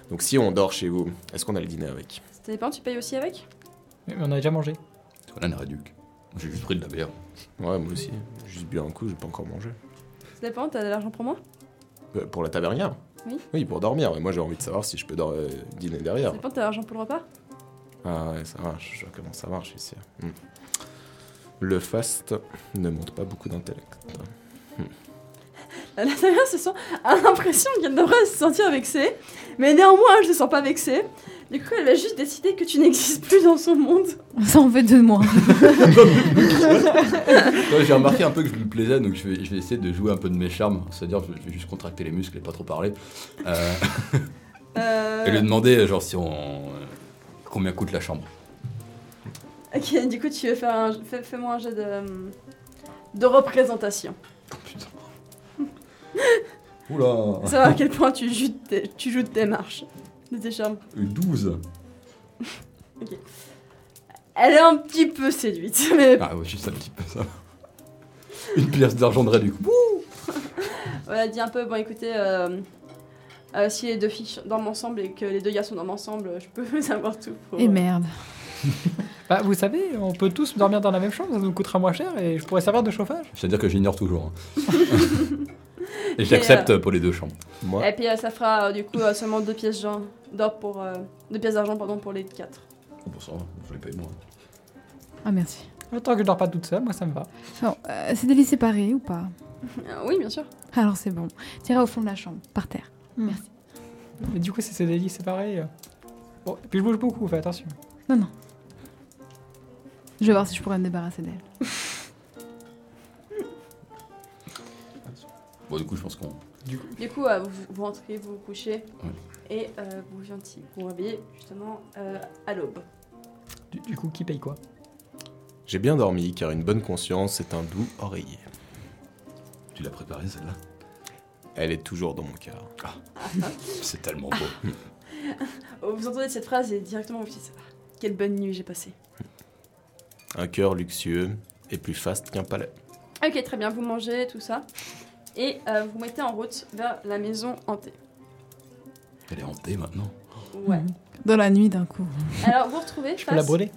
Donc si on dort chez vous, est-ce qu'on a le dîner avec Ça dépend, tu payes aussi avec Mais on a déjà mangé. Parce qu'on a un réduc. J'ai juste pris de la bière. Ouais, moi aussi. Juste bu un coup, j'ai pas encore mangé. Ça dépend, t'as de l'argent pour moi Euh, Pour la tavernière Oui. Oui, pour dormir. Mais moi, j'ai envie de savoir si je peux dor- euh, dîner Ça derrière. dépend, t'as de l'argent pour le repas Ah ouais, ça marche. Je vois comment ça marche ici. Hmm. Le fast ne monte pas beaucoup d'intellect. La Nathalie se sent, *laughs* a l'impression qu'elle devrait se sentir vexée, mais néanmoins elle se sent pas vexée. Du coup, elle va juste décider que tu n'existes plus dans son monde. Ça en fait deux de moi. *laughs* Ouais, j'ai remarqué un peu que je lui plaisais, donc je vais, je vais essayer de jouer un peu de mes charmes. C'est-à-dire, je je vais juste contracter les muscles et pas trop parler. *laughs* Euh, Euh, Et lui demander, genre, si on. euh, Combien coûte la chambre Ok, du coup, tu veux faire un. fais- Fais-moi un jeu de. euh, de représentation. Oula Pour savoir à quel point tu joues de tes, tu joues de tes marches, de tes charmes. 12 Elle est un petit peu séduite, *laughs* mais Ah ouais, juste un petit peu ça. Une pièce d'argent de réduc. Ouh. Ouais, elle dit un peu, bon écoutez, euh, euh, si les deux filles dorment ensemble et que les deux garçons dorment ensemble, je peux *laughs* vous avoir tout pour... Et merde. Bah, vous savez, on peut tous dormir dans la même chambre, ça nous coûtera moins cher et je pourrais servir de chauffage. C'est-à-dire que j'ignore toujours. hein. *laughs* et j'accepte euh, pour les deux chambres. Moi, Et puis euh, ça fera euh, du coup euh, seulement deux pièces d'argent d'or pour... euh, deux pièces d'argent, pardon, pour les quatre. *laughs* Bon, ça va, je les paye moi. Ah, merci. Tant que je dors pas toute série, moi ça me va. Bon, euh, c'est des lits séparés ou pas Euh, oui, bien sûr. Alors, c'est bon. T'iras au fond de la chambre, par terre. Hmm. Merci. Mais du coup, si c'est des lits séparés. euh, Bon, et puis je bouge beaucoup, fais attention. Non, non. Je vais voir si je pourrais me débarrasser d'elle. Bon, du coup, je pense qu'on. Du coup, euh, vous, vous rentrez, vous vous couchez Ouais. et euh, vous gentille, vous réveillez justement euh, à l'aube. Du, du coup, qui paye quoi J'ai bien dormi car une bonne conscience est un doux oreiller. Tu l'as préparé celle-là Elle est toujours dans mon cœur. C'est tellement beau. Oh, Vous entendez cette phrase et directement vous dites Ah, Quelle bonne nuit j'ai passée. Un cœur luxueux est plus faste qu'un palais. Ok, très bien, vous mangez tout ça et euh, vous mettez en route vers la maison hantée. Elle est hantée maintenant. *laughs* Ouais. Dans la nuit d'un coup. Alors vous retrouvez Je peux face- la brûler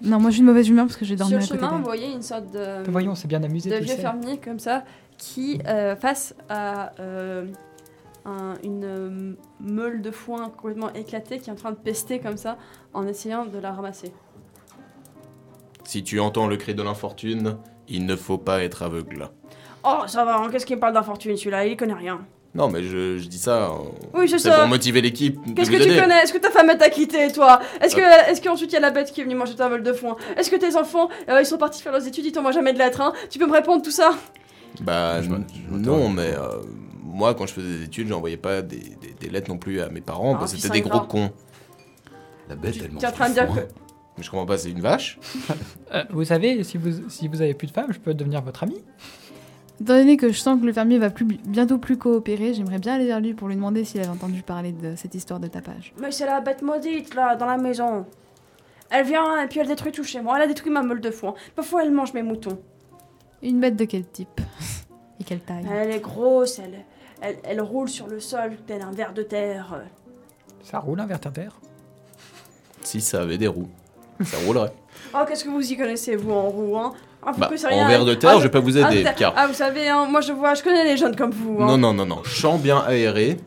Non, moi j'ai une mauvaise humeur parce que j'ai dormi sur le à côté chemin, vous d'elle. voyez une sorte de, Voyons, c'est bien amusé. Euh, de tu vieux sais. fermier comme ça qui, euh, face à euh, un- une euh, meule de foin complètement éclatée qui est en train de pester comme ça en essayant de la ramasser. Si tu entends le cri de l'infortune, il ne faut pas être aveugle. Oh, ça va, hein, qu'est-ce qu'il parle d'infortune celui-là Il connaît rien. Non, mais je, je dis ça. en- Oui, je c'est sais. pour motiver l'équipe. de Qu'est-ce vous que tu aider. connais Est-ce que ta femme elle t'a quitté, toi Est-ce que, est-ce qu'ensuite il y a la bête qui est venue manger ta vol de foin Est-ce que tes enfants, euh, ils sont partis faire leurs études, ils t'envoient jamais de lettres, hein Tu peux me répondre tout ça Bah Je n- m'en- je non, m'interroge. mais euh, moi quand je faisais des études, j'envoyais pas des, des- des lettres non plus à mes parents Ah, parce que puis c'était des ça gros ira. cons. La bête, Tu- elle mange. t'es en train du de dire foin. Mais je comprends pas, c'est une vache Euh, vous savez, si vous, si vous avez plus de femme, je peux devenir votre ami. Étant donné que je sens que le fermier va plus, bientôt plus coopérer, j'aimerais bien aller vers lui pour lui demander s'il avait entendu parler de cette histoire de tapage. Mais c'est la bête maudite, là, dans la maison. Elle vient et puis elle détruit tout chez moi. Elle a détruit ma meule de foin. Parfois elle mange mes moutons. Une bête de quel type *laughs* Et quelle taille Elle est grosse, elle, elle, elle roule sur le sol tel un ver de terre. Ça roule un vertère. Si ça avait des roues, ça *laughs* roulerait. Oh, qu'est-ce que vous y connaissez, vous, en roue, hein Ah, vous bah, connaissez rien, en verre de hein. terre, Ah, je vais pas vous ah, aider, putain. car Ah, vous savez, hein, moi je vois, je connais les jeunes comme vous. hein. non, non, non, non, champ bien aéré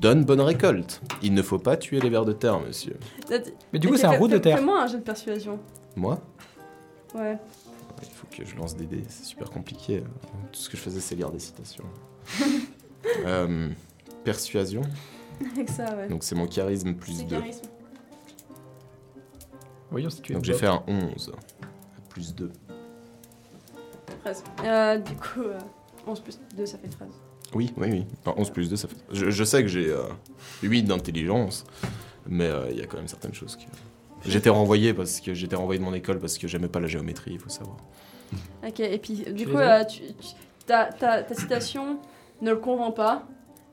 donne bonne récolte. Il ne faut pas tuer les vers de terre, monsieur. Mais du coup, c'est un roue de terre. Fais-moi un jeu de persuasion. Moi, Ouais. *laughs* il faut que je lance des dés, c'est super compliqué. Tout ce que je faisais, c'est lire *laughs* des citations. Euh, persuasion, Avec ça, ouais. donc c'est mon charisme plus C'est 2. charisme. Voyons si tu es Donc j'ai fait un 11. Plus 2. 13. Euh, du coup, euh, 11 plus 2, ça fait 13. Oui, oui, oui. Enfin, 11 plus 2, ça fait. Je, je sais que j'ai euh, 8 d'intelligence, mais euh, il y a quand même certaines choses qui. J'étais renvoyé parce que j'étais renvoyé de mon école parce que j'aimais pas la géométrie, il faut savoir. Ok, et puis du Tu coup, les euh, tu, tu- ta, ta- ta citation ne le convainc pas.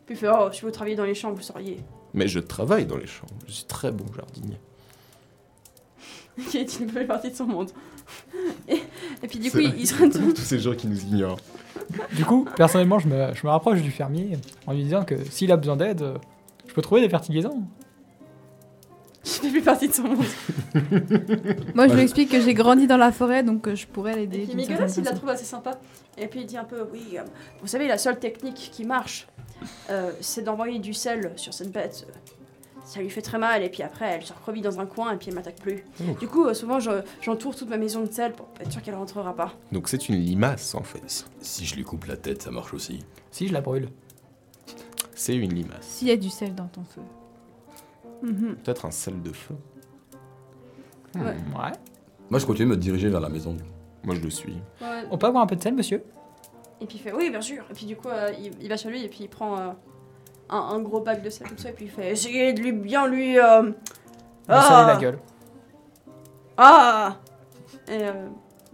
Puis il fait Oh, si vous travaillez dans les champs, vous sauriez. Mais je travaille dans les champs, je suis très bon jardinier. *laughs* Ok, tu ne fais partie de son monde. *laughs* Et, et puis du coup, il, il se retourne. *laughs* *laughs* Tous ces gens qui nous ignorent. Du coup, personnellement, je me, je me rapproche du fermier en lui disant que s'il a besoin d'aide, euh, je peux trouver des fertilisants. Je fais plus partie de son monde. Moi je lui explique que j'ai grandi dans la forêt donc euh, je pourrais Et l'aider. puis d'une Nicolas, il certaine la façon. trouve assez sympa. Et puis il dit un peu Oui, euh, vous savez, la seule technique qui marche, euh, c'est d'envoyer du sel sur cette bête. Ça lui fait très mal, et puis après, elle se recroqueville dans un coin, et puis elle m'attaque plus. Ouf. Du coup, euh, souvent, je- j'entoure toute ma maison de sel pour être sûr qu'elle rentrera pas. Donc c'est une limace en fait. Si je lui coupe la tête, ça marche aussi. Si, je la brûle. C'est une limace. S'il y a du sel dans ton feu. Mhm. Peut-être un sel de feu. Hmm, Ouais. ouais. Moi, je continue de me diriger vers la maison. Moi je le suis. Ouais. On peut avoir un peu de sel, monsieur Et puis il fait Oui, bien sûr. Et puis du coup, euh, il, il va chez lui, et puis il prend euh, un, un gros bac de sel comme ça, et puis il fait Essayez de lui bien lui. euh, On va saler Ah. la gueule. Ah et, euh,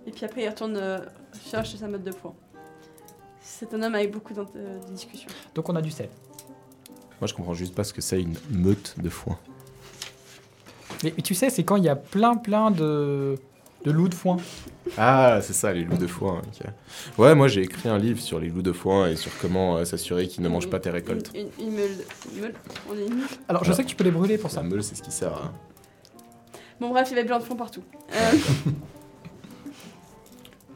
et puis après, il retourne euh, chercher sa mode de poids. C'est un homme avec beaucoup d'int- euh, de discussions. Donc on a du sel. Moi je comprends juste pas ce que c'est une meute de foin. Mais, mais tu sais, c'est quand il y a plein, plein de, de loups de foin. Ah, c'est ça, les loups de foin. ok. Ouais, moi j'ai écrit un livre sur les loups de foin et sur comment euh, s'assurer qu'ils ne mangent pas tes récoltes. Une, une- une meule. de- Une meule on est une meule. Alors, je Voilà. sais que tu peux les brûler pour La ça. meule, c'est ce qui sert à. Bon, bref, il y avait plein de fonds partout. Euh,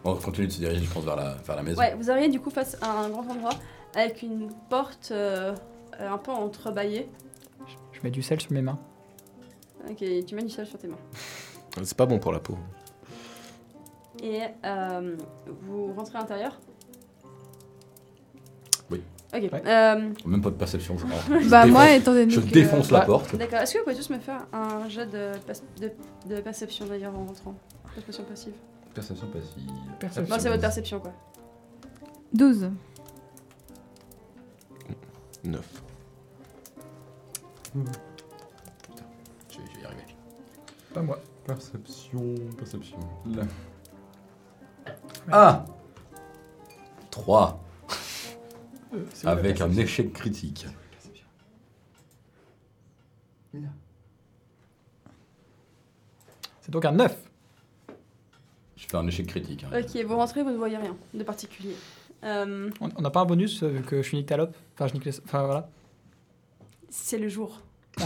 On continue de se diriger, je pense, vers la, vers la maison. ouais, vous arrivez du coup face à un grand endroit avec une porte euh, euh, un peu entrebâillée. Je mets du sel sur mes mains. Ok, euh, tu mets du sel sur tes mains. C'est pas bon pour la peau. Et euh, vous rentrez à l'intérieur Oui. Ok. Ouais. euh, Même pas de perception, je crois. *laughs* Bah Je moi défonce- étant donné Je que... défonce la bah, Ouais. porte. D'accord, est-ce que vous pouvez tous me faire un jet de, pas- de, de perception d'ailleurs en rentrant Perception passive. Perception passive. Perception. Non, c'est votre perception, quoi. 12. 9. Hmm. Je, vais- je vais y arriver. Pas moi. Perception, perception. Là. Ah 3 Euh, c'est où la avec un perception échec critique. C'est donc un 9. Je fais un échec critique. hein. Ok, vous rentrez, vous ne voyez rien de particulier. Euh, On on n'a pas un bonus euh, vu que je suis Nyctalope Enfin, je nique les- Enfin, voilà. c'est le jour. *laughs*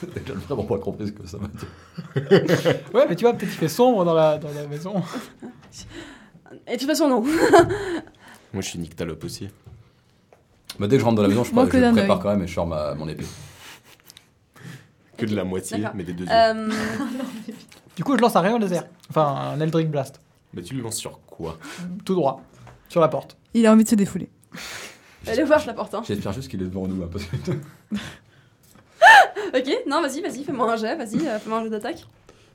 J'ai vraiment pas compris ce que ça m'a dit. Ouais, mais tu vois, peut-être il fait sombre dans la, dans la maison. Et de toute façon, non. *laughs* Moi, je suis Nyctalope aussi. Bah, dès que je rentre dans la maison, je, Moi, pré- que je d'un prépare œil. quand même et je sors ma, mon épée. Que de la moitié, D'accord. mais des deux yeux. Euh, Du coup, je lance un rayon laser. Enfin, un Eldritch Blast. Mais Bah, tu le lances sur quoi Tout droit. Sur la porte. Il a envie de se défouler. allez voir, je la porte. Hein. J'espère juste qu'il est devant nous. hein, parce que... Ok, non, vas-y, vas-y, fais-moi un jet, vas-y, euh, fais-moi un jet d'attaque.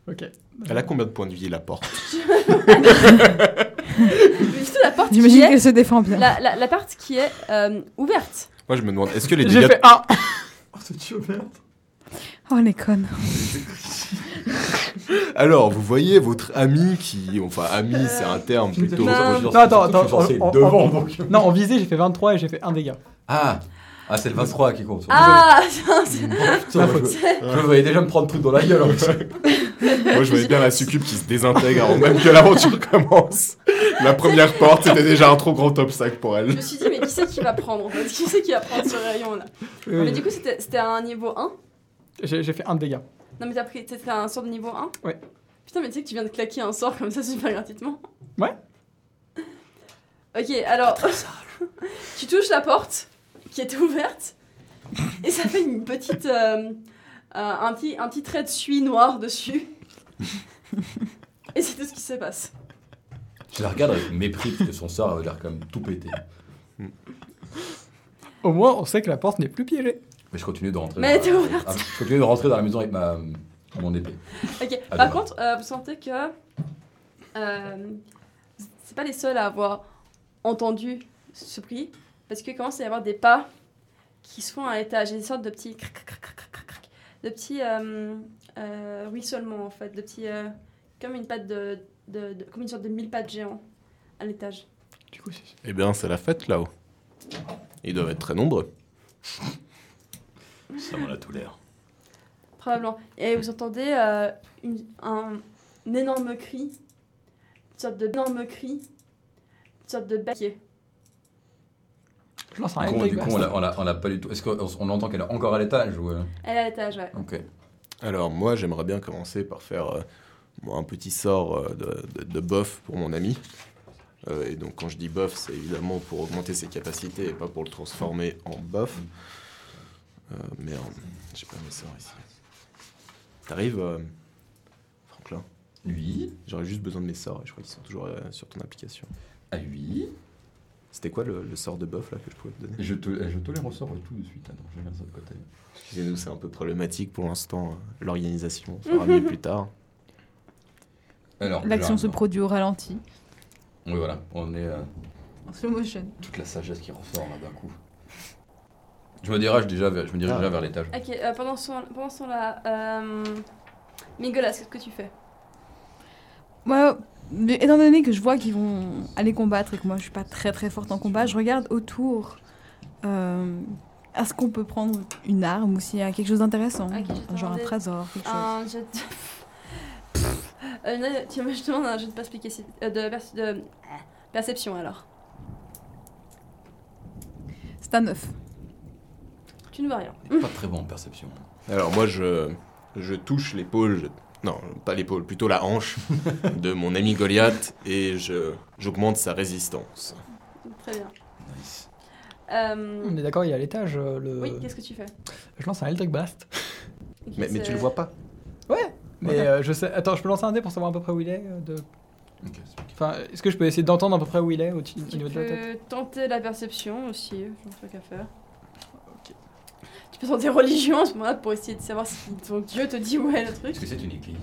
Ok. Elle a combien de points de vie la porte Mais surtout la porte qui J'imagine est... qu'elle se défend bien. La, la, la partie qui est euh, ouverte. Moi, je me demande, est-ce *laughs* que les J'ai dégâts. fait un. Oh, c'est Dieu, merde. Oh, les connes. Alors, vous voyez votre ami qui. Enfin, ami, c'est un terme *laughs* plutôt. Non. Je suis Non, attends, surtout que je suis attends, censé on- être on- devant, on- donc. Non, en visée, j'ai fait 23 et j'ai fait un dégât. Ah Ah, c'est le 23 qui compte. Ah, *laughs* tiens, c'est- Putain, moi, je, c'est- je voyais déjà me prendre truc dans la gueule. en plus. Moi, *laughs* je voyais bien la succube qui se désintègre avant même que l'aventure commence. La première porte, c'était déjà un trop grand obstacle pour Je elle. me suis dit, mais qui c'est qui va prendre en fait Qui c'est qui va prendre ce rayon là Mais du coup, c'était c'était à un niveau 1 J'ai j'ai fait un dégât. Non, mais t'as pris t'étais à un sort de niveau 1 Ouais. Putain, mais tu sais que tu viens de claquer un sort comme ça super gratuitement Ouais. *laughs* Ok, alors. *laughs* tu touches la porte qui était ouverte et ça fait une petite. euh, euh, un, petit, un petit trait de suie noire *laughs* dessus. et c'est tout ce qui se passe. *laughs* Je la regarde avec mépris parce que son sort avait l'air quand même tout pété. Au moins, on sait que la porte n'est plus piégée. Mais je continue de rentrer. Mais dans t'es la- ouverte. Ah, Je continue de rentrer dans la maison avec ma mon épée. Ok, Ah, par dommage. contre, euh, vous sentez que. euh, c'est pas les seuls à avoir entendu ce bruit, parce qu'il commence à y avoir des pas qui se font à l'étage. Il y a des sortes de petits. crac, crac, crac, crac, crac, crac, de petits euh, euh, ruissellements, en fait. De petits. euh, comme une patte de, de- de- Comme une sorte de mille pattes géants à l'étage. Du coup, c'est- Eh bien, c'est la fête là-haut. Ils doivent être très nombreux. Ça m'en a tout l'air. Probablement. Et vous entendez euh, une- un, un énorme cri, une sorte de énorme cri, une sorte de baquet. je lance un Du coup, Eldritch du coup, Blast. on l'a- on l'a on l'a pas du tout. Est-ce qu'on on entend qu'elle est encore à l'étage ou euh Elle est à l'étage, ouais. Ok. Alors, moi, j'aimerais bien commencer par faire euh, moi, un petit sort euh, de, de- de bof pour mon ami. Euh, et donc, quand je dis bof, c'est évidemment pour augmenter ses capacités et pas pour le transformer en bof. Euh, merde, j'ai pas mes sorts ici. T'arrives, euh, Franklin Lui J'aurais juste besoin de mes sorts, et je crois qu'ils sont toujours euh, sur ton application. À lui C'était quoi le, le sort de bof là que je pouvais te donner Je te, je te les ressors tout de suite. Attends, je regarde ça de côté. Excusez-nous, c'est un peu problématique pour l'instant, euh, l'organisation. On fera *laughs* mieux plus tard. Alors, L'action se j'arrive. produit au ralenti. Oui, voilà. On est euh, En slow motion. toute la sagesse qui ressort là d'un coup. Je me dirige déjà vers, je me dirige Ah. déjà vers l'étage. Ok, euh, pendant ce temps- pendant ce temps-là, euh, Mingolas, qu'est-ce que tu fais Moi, mais étant donné que je vois qu'ils vont aller combattre et que moi je suis pas très très forte en combat, je regarde autour. euh, Est-ce qu'on peut prendre une arme ou s'il y a quelque chose d'intéressant Ok, je vais te Genre un demander- trésor, quelque chose. Un jet de... *laughs* Euh, non, tu me je te demande un jet de, perspicaci- euh, de, perce- de- ah, perception alors. C'est un neuf. Tu ne vois rien. Il est Pas très bon en perception. Alors moi, je, je touche l'épaule, je- non, pas l'épaule, plutôt la *laughs* hanche de mon ami Goliath et je, j'augmente sa résistance. Très bien. Nice. Euh, On est d'accord, il est à l'étage. euh, Le... Oui, qu'est-ce que tu fais Je lance un Eldritch Blast. Ok, Mais, mais c'est- tu le vois pas Mais euh, je sais. Attends, je peux lancer un dé pour savoir à peu près où il est euh, de... Ok, c'est ok. Enfin, est-ce que je peux essayer d'entendre à peu près où il est au, au Tu niveau de la tête peux tenter la perception aussi, j'en sais qu'à faire. Tu peux tenter religion à ce moment-là pour essayer de savoir si ton dieu te dit où est le truc. *laughs* Est-ce que c'est une église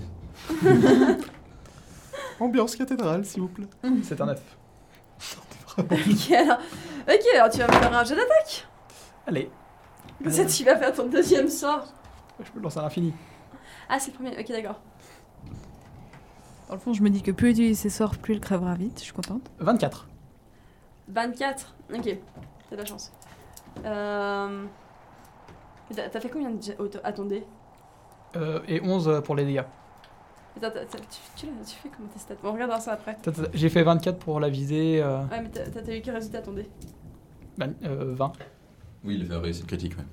Ambiance cathédrale, s'il vous plaît. C'est un 9. ok, alors, ok, alors tu vas me faire un jet d'attaque. Allez, Comme ça, tu vas faire ton deuxième sort. je peux le lancer à l'infini. Ah, c'est le premier. Ok, d'accord. Dans le fond, je me dis que plus il utilise ses sorts, plus il crèvera vite. Je suis contente. 24. 24. Ok, t'as de la chance. Euh... T'as t'as fait combien de jets auto- à ton dé Euh, et 11 pour les dégâts. Attends, t'as- t'as- tu, tu l'as- tu fais comment tes stats Bon, on regardera ça après. Attends, attends, J'ai fait 24 pour la visée, euh, Ouais, mais t'as t'as- t'as eu quel résultat à ton dé bah, euh, 20. Oui, il fait un réussite *laughs* critique, ouais.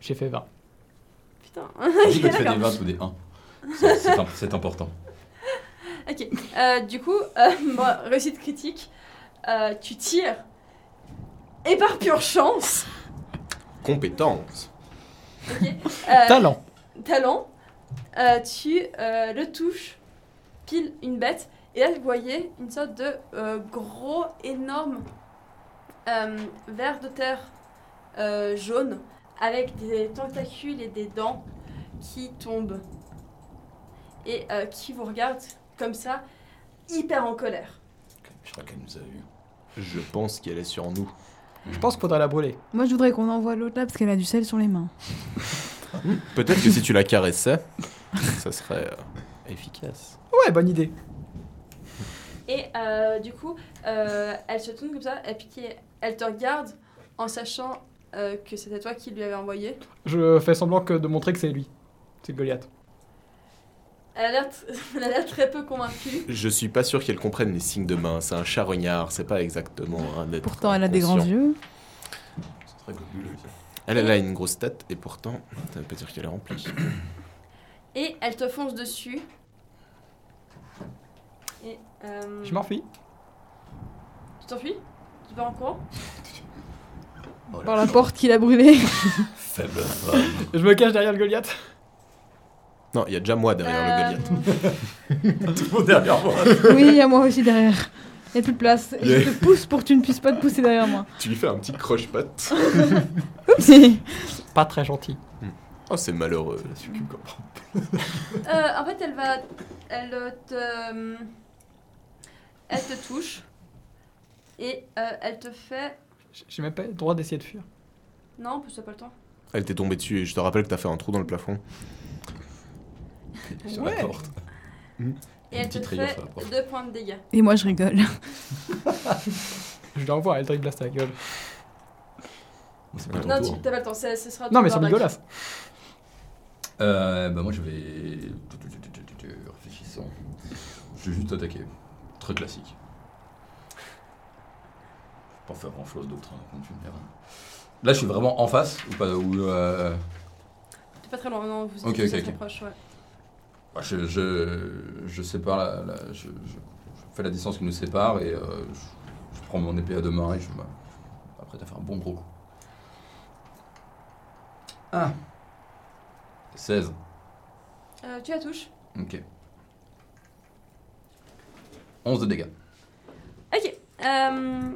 J'ai fait 20. Putain. *laughs* Je ok, peux te faire d'accord. des 20 ou des 1. C'est- c'est im- C'est important. Ok, euh, du coup, euh, *laughs* bon, réussite critique, euh, tu tires, et par pure chance, Compétence. euh, Talent. talent, euh, tu euh, le touches, pile une bête, et là vous voyez une sorte de euh, gros, énorme euh, ver de terre euh, jaune avec des tentacules et des dents qui tombent et euh, qui vous regarde comme ça, hyper en colère. Je crois qu'elle nous a vus. Je pense qu'elle est sur nous. Je pense qu'il faudra la brûler. Moi, je voudrais qu'on envoie l'autre là parce qu'elle a du sel sur les mains. Peut-être que si tu la caressais, ça serait euh, efficace. Ouais, bonne idée. Et euh, du coup, euh, elle se tourne comme ça, et puis qui- elle te regarde en sachant euh, que c'était toi qui lui avais envoyé. Je fais semblant que de montrer que c'est lui. C'est Goliath. Elle a l'air tr- *laughs* elle a l'air très peu convaincue. Je suis pas sûr qu'elle comprenne les signes de main. C'est un charognard, c'est pas exactement un être. Pourtant, elle a des conscient. grands yeux. C'est très globule Elle, elle a une grosse tête et pourtant, ça veut pas dire qu'elle est remplie. Et elle te fonce dessus. Et. Euh, Je m'enfuis. Tu t'enfuis Tu pars en courant Par la porte qu'il a brûlée. *laughs* Faible femme. Je me cache derrière le Goliath. Non, il y a déjà moi derrière le Euh, Goliath. Tout le monde derrière moi. oui, il y a moi aussi derrière. Il n'y a plus de place. Et Je Yeah. te pousse pour que tu ne puisses pas te pousser *laughs* derrière moi. Tu lui fais un petit croche-patte. Oupsie. Pas très gentil. Oh, c'est malheureux. Euh, en fait, elle va. Elle euh, te. euh, Elle te touche. Et euh, elle te fait. J- J'ai même pas le droit d'essayer de fuir. Non, parce que t'as pas le temps. Elle t'est tombée dessus et je te rappelle que t'as fait un trou dans le plafond. Sur Ouais. la porte. Et Une elle te petite rayure fait sur la porte. 2 points de dégâts. Et moi, je rigole. Je l'envoie, elle dribble à sa gueule. C'est pas ton Non, tour. hein. tu t'as pas le temps, c'est- ce Ah, sera Non, mais ton c'est barbac. dégueulasse. Euh, bah moi je vais... Réfléchissant. Je vais juste attaquer. Très classique. Je vais pas faire grand chose d'autre, hein, donc tu me diras. Là je suis vraiment en face ou pas ou, euh, T'es pas très loin, non, vous êtes Ok, vous ok, êtes ok. très proche, ouais. bah, je, je, je sépare la, la- je, je- je fais la distance qui nous sépare et euh, je, je prends mon épée à deux mains et je me... Après t'as fait un bon gros coup. Ah 16. Euh, tu la touches. Ok. 11 de dégâts. Ok. euh,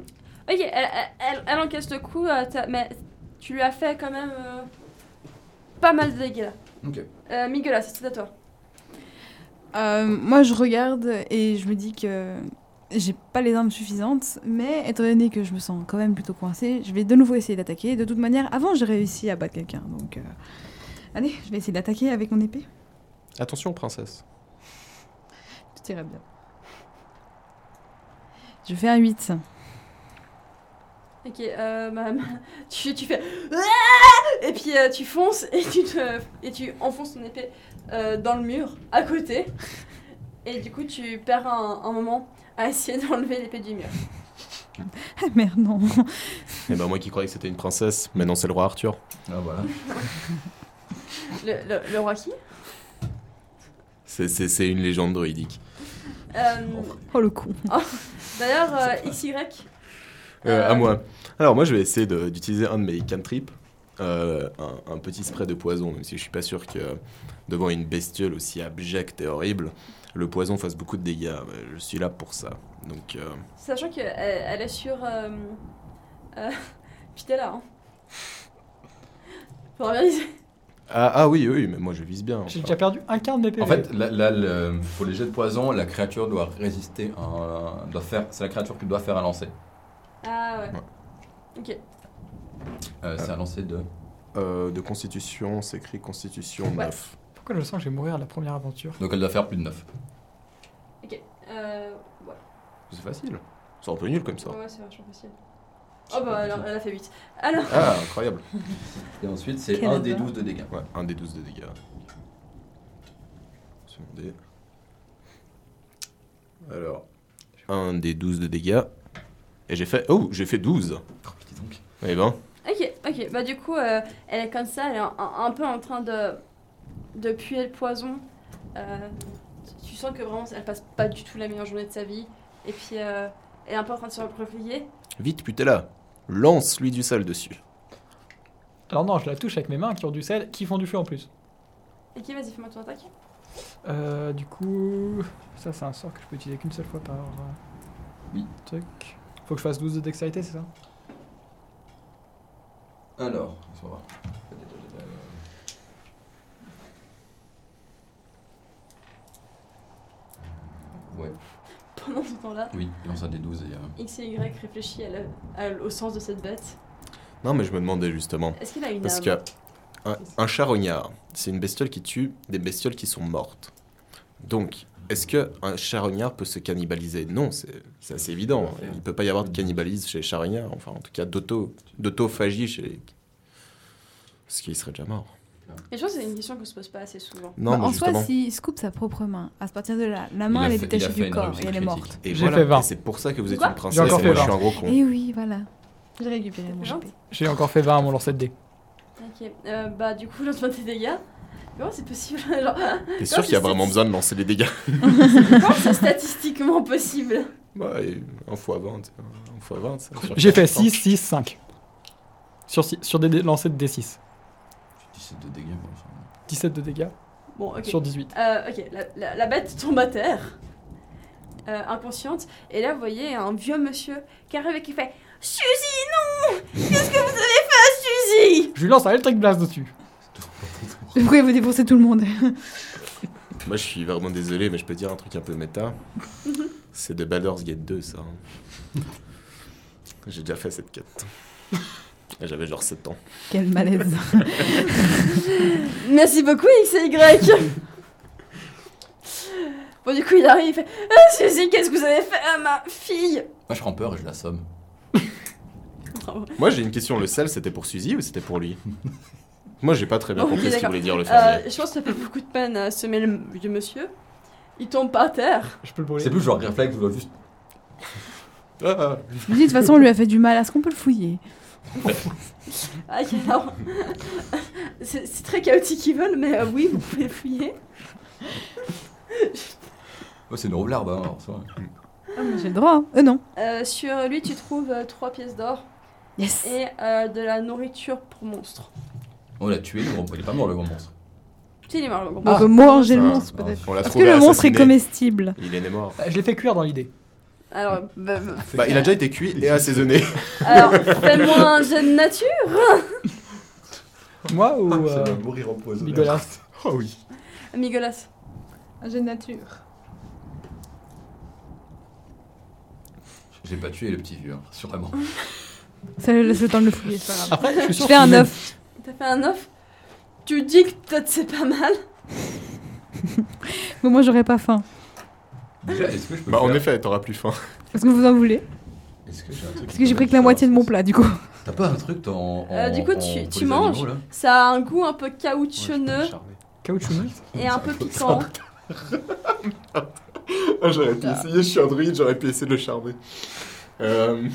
ok, elle, elle- elle- elle encaisse le coup, euh, t'as- mais tu lui as fait quand même euh, pas mal de dégâts là. Ok. Euh, Miguelas, c'est à toi. Euh, moi, je regarde et je me dis que j'ai pas les armes suffisantes, mais étant donné que je me sens quand même plutôt coincée, je vais de nouveau essayer d'attaquer. De toute manière, avant, j'ai réussi à battre quelqu'un, donc euh, allez, je vais essayer d'attaquer avec mon épée. Attention, princesse. Tout ira bien. Je fais un 8. Ok, euh, madame, *laughs* tu, tu fais. Et puis euh, tu fonces et tu, te- et tu enfonces ton épée euh, dans le mur à côté. Et du coup, tu perds un, un moment à essayer *laughs* d'enlever l'épée du mur. Ah *laughs* merde, non. *laughs* Et ben moi qui croyais que c'était une princesse, maintenant c'est le roi Arthur. Ah voilà. Le, le- le roi qui C'est- C'est c'est une légende druidique. Euh, Oh le con. D'ailleurs, euh, XY. Euh, Euh, À moi. Alors moi je vais essayer de- d'utiliser un de mes cantrips, euh, un, un petit spray de poison, même si je suis pas sûr que euh, devant une bestiole aussi abjecte et horrible, le poison fasse beaucoup de dégâts. Euh, Je suis là pour ça. Donc euh, Sachant qu'elle elle est sur. Euh, *laughs* euh, Pitella, hein. Faut organiser. Ah, ah oui, oui, mais moi je vise bien. J'ai enfin. déjà perdu un quart de mes PV. En fait, là, là, le- pour les jets de poison, la créature doit résister à un- doit faire, c'est la créature qui doit faire un lancer. Ah ouais. Ouais. Ok. Euh, c'est un lancer de. Euh, de constitution, c'est écrit constitution 9. Pourquoi je sens que je vais mourir à la première aventure Donc elle doit faire plus de 9. Ok. Euh, ouais. C'est facile. C'est un peu nul comme ça. Ouais, c'est vachement facile. Oh bah alors, elle a fait 8. Alors, Ah, incroyable. Et ensuite, c'est Quel 1 des horreur. 12 de dégâts. Ouais, un des 12 de dégâts. Second dé. Alors, un des 12 de dégâts. Et j'ai fait. Oh, j'ai fait 12. Oh, dis donc. Eh ben, ok, ok. Bah du coup, euh, elle est comme ça, elle est un, un- un peu en train de, de puer le poison. Euh, tu sens que vraiment, elle passe pas du tout la meilleure journée de sa vie. Et puis, euh, elle est un peu en train de se replier. vite, putella. Lance-lui du sel dessus. Alors non, je la touche avec mes mains qui ont du sel, qui font du feu en plus. Et qui vas-y, fais-moi ton attaque. *laughs* Euh, du coup, ça c'est un sort que je peux utiliser qu'une seule fois par euh, Oui. truc. Faut que je fasse 12 de dextérité, c'est ça Alors, on va voir. Ouais, Pendant ce temps-là, oui, il lance un des 12 et. euh, X et Y réfléchit à le- à- au sens de cette bête. Non, mais je me demandais justement. Est-ce qu'il a une Parce âme que un, un charognard, c'est une bestiole qui tue des bestioles qui sont mortes. Donc, est-ce que un charognard peut se cannibaliser Non, c'est c'est assez évident. Il ne peut pas y avoir de cannibalisme chez les charognards, enfin en tout cas d'auto- d'autophagie chez les... Parce qu'il serait déjà mort. Et je pense que c'est une question qu'on se pose pas assez souvent. Non, Bah, mais en justement. soi, s'il scoop sa propre main, à partir de là, la main, a elle est fait- il a détachée fait du une corps réussite et elle est critique. morte. Et J'ai voilà, fait vingt. et c'est pour ça que vous êtes Quoi une J'ai princesse encore et moi fait je suis un gros con. Et Eh oui, voilà. J'ai récupéré mon Genre, GP. J'ai encore fait 20 à mon lancer de dés. Ok, euh, bah du coup, *laughs* lance-moi tes dégâts. Comment c'est possible *laughs* Genre, T'es sûr qu'il y a vraiment besoin de lancer les dégâts comment c'est statistiquement possible Ouais, 1 x 20. 1 x *laughs* 20, ça. J'ai fait 6, 6, 5. Sur, six- sur des dés- lancers de D6. 17 de dégâts, bon, ça- 17 de dégâts Bon, ok. sur 18. Euh, ok, la, la- la bête tombe à terre, euh, inconsciente. Et là, vous voyez un vieux monsieur qui arrive et qui fait Suzy, non Qu'est-ce que vous avez fait à Suzy Je lui lance un Electric Blast dessus. Pourquoi vous défoncez tout le monde *laughs* Moi je suis vraiment désolé, mais je peux dire un truc un peu *laughs* méta. c'est de Baldur's Gate 2, ça. hein. J'ai déjà fait cette quête. Et J'avais genre 7 ans. Quel malaise. Merci beaucoup, X et *laughs* Y Bon, du coup, il arrive, il fait Ah, Suzy, qu'est-ce que vous avez fait à ma fille Moi, je prends peur et je l'assomme. Moi j'ai une question, le sel c'était pour Suzy ou c'était pour lui Moi j'ai pas très bien Oh, oui, compris ce qu'il d'accord. voulait dire le fermier. Euh, je pense que ça fait beaucoup de peine à semer le vieux monsieur. Il tombe par *laughs* terre. Je peux le C'est brûler. plus genre réflexe, je dois juste. Ah, Je dis, de toute façon, on lui a fait du mal. Est-ce qu'on peut le fouiller Ah, ok, alors. *laughs* C'est c'est très chaotique, ils veulent, mais euh, oui, vous pouvez le fouiller. Oh, c'est une roublarde, hein, en soi. J'ai le droit. hein. Euh, non. Euh, sur lui, tu trouves euh, trois pièces d'or Yes. et euh, de la nourriture pour monstre. On l'a tué, le gros- il est pas mort le grand monstre. Tu sais, il est mort, le gros. On Ah. peut manger le monstre, peut-être. On l'a Est-ce que trouvé le monstre est assassiné. comestible Il est né mort. Euh, Je l'ai fait cuire dans l'idée. Alors, bah, bah, Bah, il a déjà été cuit et *laughs* assaisonné. alors fais-moi un jeu de nature. Moi ou euh, mourir empoisonné. Bigolas Oh oui. Migolas. Un jeu de Ah, nature. J'ai pas tué le petit vieux, hein, *laughs* sûrement. Ça lui laisse le temps de le fouiller, c'est pas grave. Après, je suis Je sûr fais qu'il un m'aime. œuf. T'as fait un œuf Tu dis que peut-être c'est pas mal. Mais moi, j'aurais pas faim. Déjà, est-ce que je peux. Bah, en faire- effet, t'auras plus faim. Est-ce que vous en voulez Est-ce que j'ai un truc Parce que j'ai pris que la moitié de mon plat, du coup. T'as pas un truc dans. en- Euh, du coup, en- tu- pour tu les animaux, manges là Ça a un goût un peu Ouais, caoutchouneux je peux me charmer. Caoutchouc mou. et un peu piquant. Ah, j'aurais pu essayer, je suis un druide, j'aurais pu essayer de le charmer. *laughs* Euh,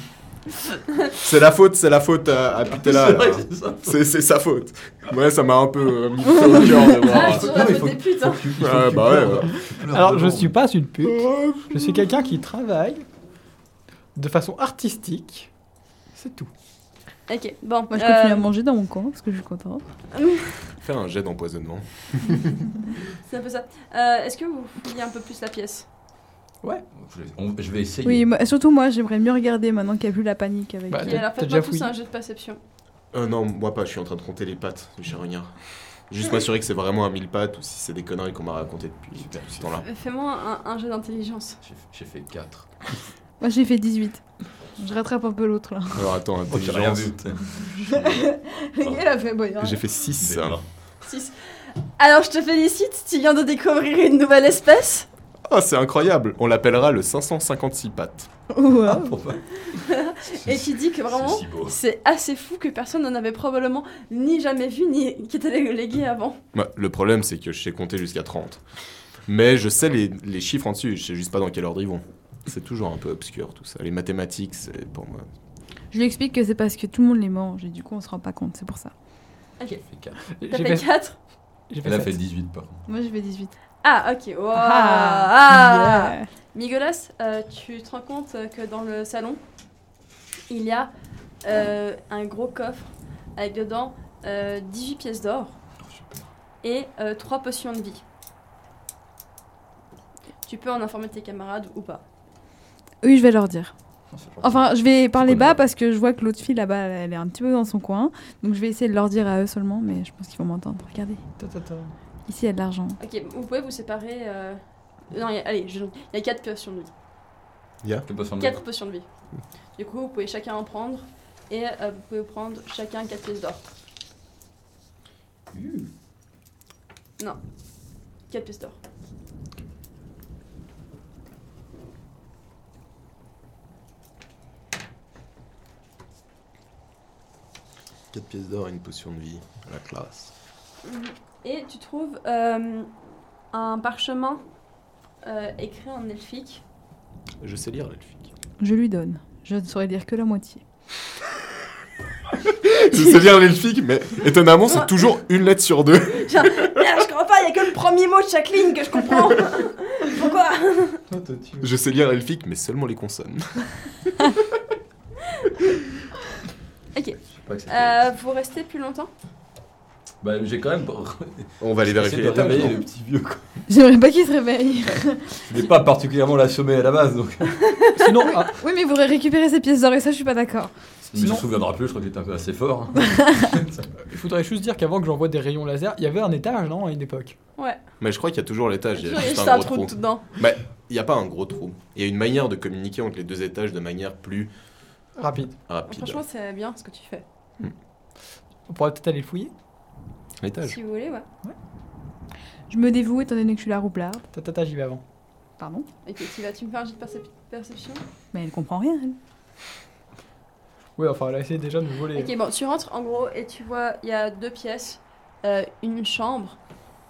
C'est la faute, c'est la faute à, à Putella. *laughs* C'est vrai là. que c'est ça. C'est c'est sa faute. Ouais, ça m'a un peu euh, mis le feu au Ah, cœur de voir. je Non, la mais faute faut- des putes, hein. Faut que tu- il faut que Ouais, tu bah pleures, ouais, là. Tu pleures Alors, je devant, suis pas une pute. ouais. Je suis quelqu'un qui travaille de façon artistique. C'est tout. Ok, bon. Moi, je euh, continue à manger dans mon coin, parce que je suis contente. Faire un jet d'empoisonnement. C'est un peu ça. Euh, Est-ce que vous fouillez un peu plus la pièce Je vais- on- Je vais essayer. Oui, moi- surtout moi, j'aimerais mieux regarder maintenant qu'il n'y a plus la panique avec. euh, Bah, Ok, t'as- alors t'as faites-moi déjà tous fouillé un jeu de perception. Euh, non, moi pas, je suis en train de compter les pattes du charognard. Juste m'assurer que c'est vraiment un mille pattes ou si c'est des conneries qu'on m'a racontées depuis Super. ce temps-là. Fais-moi un, un jeu d'intelligence. J'ai- J'ai fait 4. Moi, j'ai fait 18. Je rattrape un peu l'autre, là. Alors attends, intelligence. Le gars, il a fait... bon, il y en a- J'ai fait 6. Six. Alors, je te félicite, tu viens de découvrir une nouvelle espèce. Ah, c'est incroyable On l'appellera le 556 pattes. Wow. Et qui dit que vraiment, Ah, si beau. c'est assez fou que personne n'en avait probablement ni jamais vu, ni qui était légué avant. Ouais, le problème, c'est que je sais compter jusqu'à 30. Mais je sais les, les chiffres en dessus, je sais juste pas dans quel ordre ils vont. C'est toujours un peu obscur tout ça. Les mathématiques, c'est pour moi. Je lui explique que c'est parce que tout le monde les mange et du coup on se rend pas compte, c'est pour ça. J'ai fait 4. T'as J'ai fait fait, 4 j'ai fait Elle a sept. fait 18 par contre. Moi j'ai fait 18. Ah, ok. Wow. Ah. Yeah. Migolas, euh, tu te rends compte euh, que dans le salon, il y a euh, un gros coffre avec dedans euh, 18 pièces d'or et 3 potions de vie. Tu peux en informer tes camarades ou pas. Oui, je vais leur dire. Non, c'est gentil. Enfin, je vais parler connais bas pas. parce que je vois que l'autre fille là-bas elle est un petit peu dans son coin. Donc je vais essayer de leur dire à eux seulement, mais je pense qu'ils vont m'entendre. Regardez, Ta, ta, ta. ici il y a de l'argent. Ok, vous pouvez vous séparer. euh, Non, il y a- allez, je- il y a 4 potions de vie. T'as pas semblé. 4 potions de vie. Du coup, vous pouvez chacun en prendre et euh, vous pouvez prendre chacun 4 pièces d'or. Hmm. Uh, 4 pièces d'or. Quatre pièces d'or et une potion de vie. La classe. Et tu trouves euh, un parchemin euh, écrit en elfique. Je sais lire l'elfique. Je lui donne. Je ne saurais dire que la moitié. *laughs* Je sais lire l'elfique, mais étonnamment, c'est toujours une lettre sur deux. *laughs* Merde, je comprends pas, il y a que le premier mot de chaque ligne que je comprends. *laughs* Pourquoi Je sais lire l'elfique, mais seulement les consonnes. je sais pas que c'était- euh, Vous restez plus longtemps Bah, j'ai quand même. On va aller vérifier Essayé de les tables. réveiller non le petit vieux. quoi. J'aimerais pas qu'ils se réveillent. Je l'ai pas particulièrement l'assommé à la base donc. Sinon, ah, oui, mais vous aurez récupéré ces pièces d'or et ça je suis pas d'accord. Mais il se souviendra plus, je crois que t'étais un peu assez fort. hein. je voudrais juste dire qu'avant que j'envoie des rayons laser, il y avait un étage, non, à une époque. Mais je crois qu'il y a toujours l'étage, il y J'ai a Ah, juste un gros trou trou. dedans. Il n'y a pas un gros trou. Il y a une manière de communiquer entre les deux étages de manière plus Rapide. rapide. Franchement, c'est bien ce que tu fais. On pourrait peut-être aller le fouiller. L'étage. Si vous voulez, ouais. Je me dévoue étant donné que je suis la roublarde. Ta, ta, ta, j'y vais avant. Pardon. Ok, tu vas, tu me fais un jet de percep- perception Mais elle comprend rien. Elle. Oui, enfin, elle a essayé déjà de nous voler. Ok, bon, tu rentres en gros et tu vois, il y a deux pièces, euh, une chambre,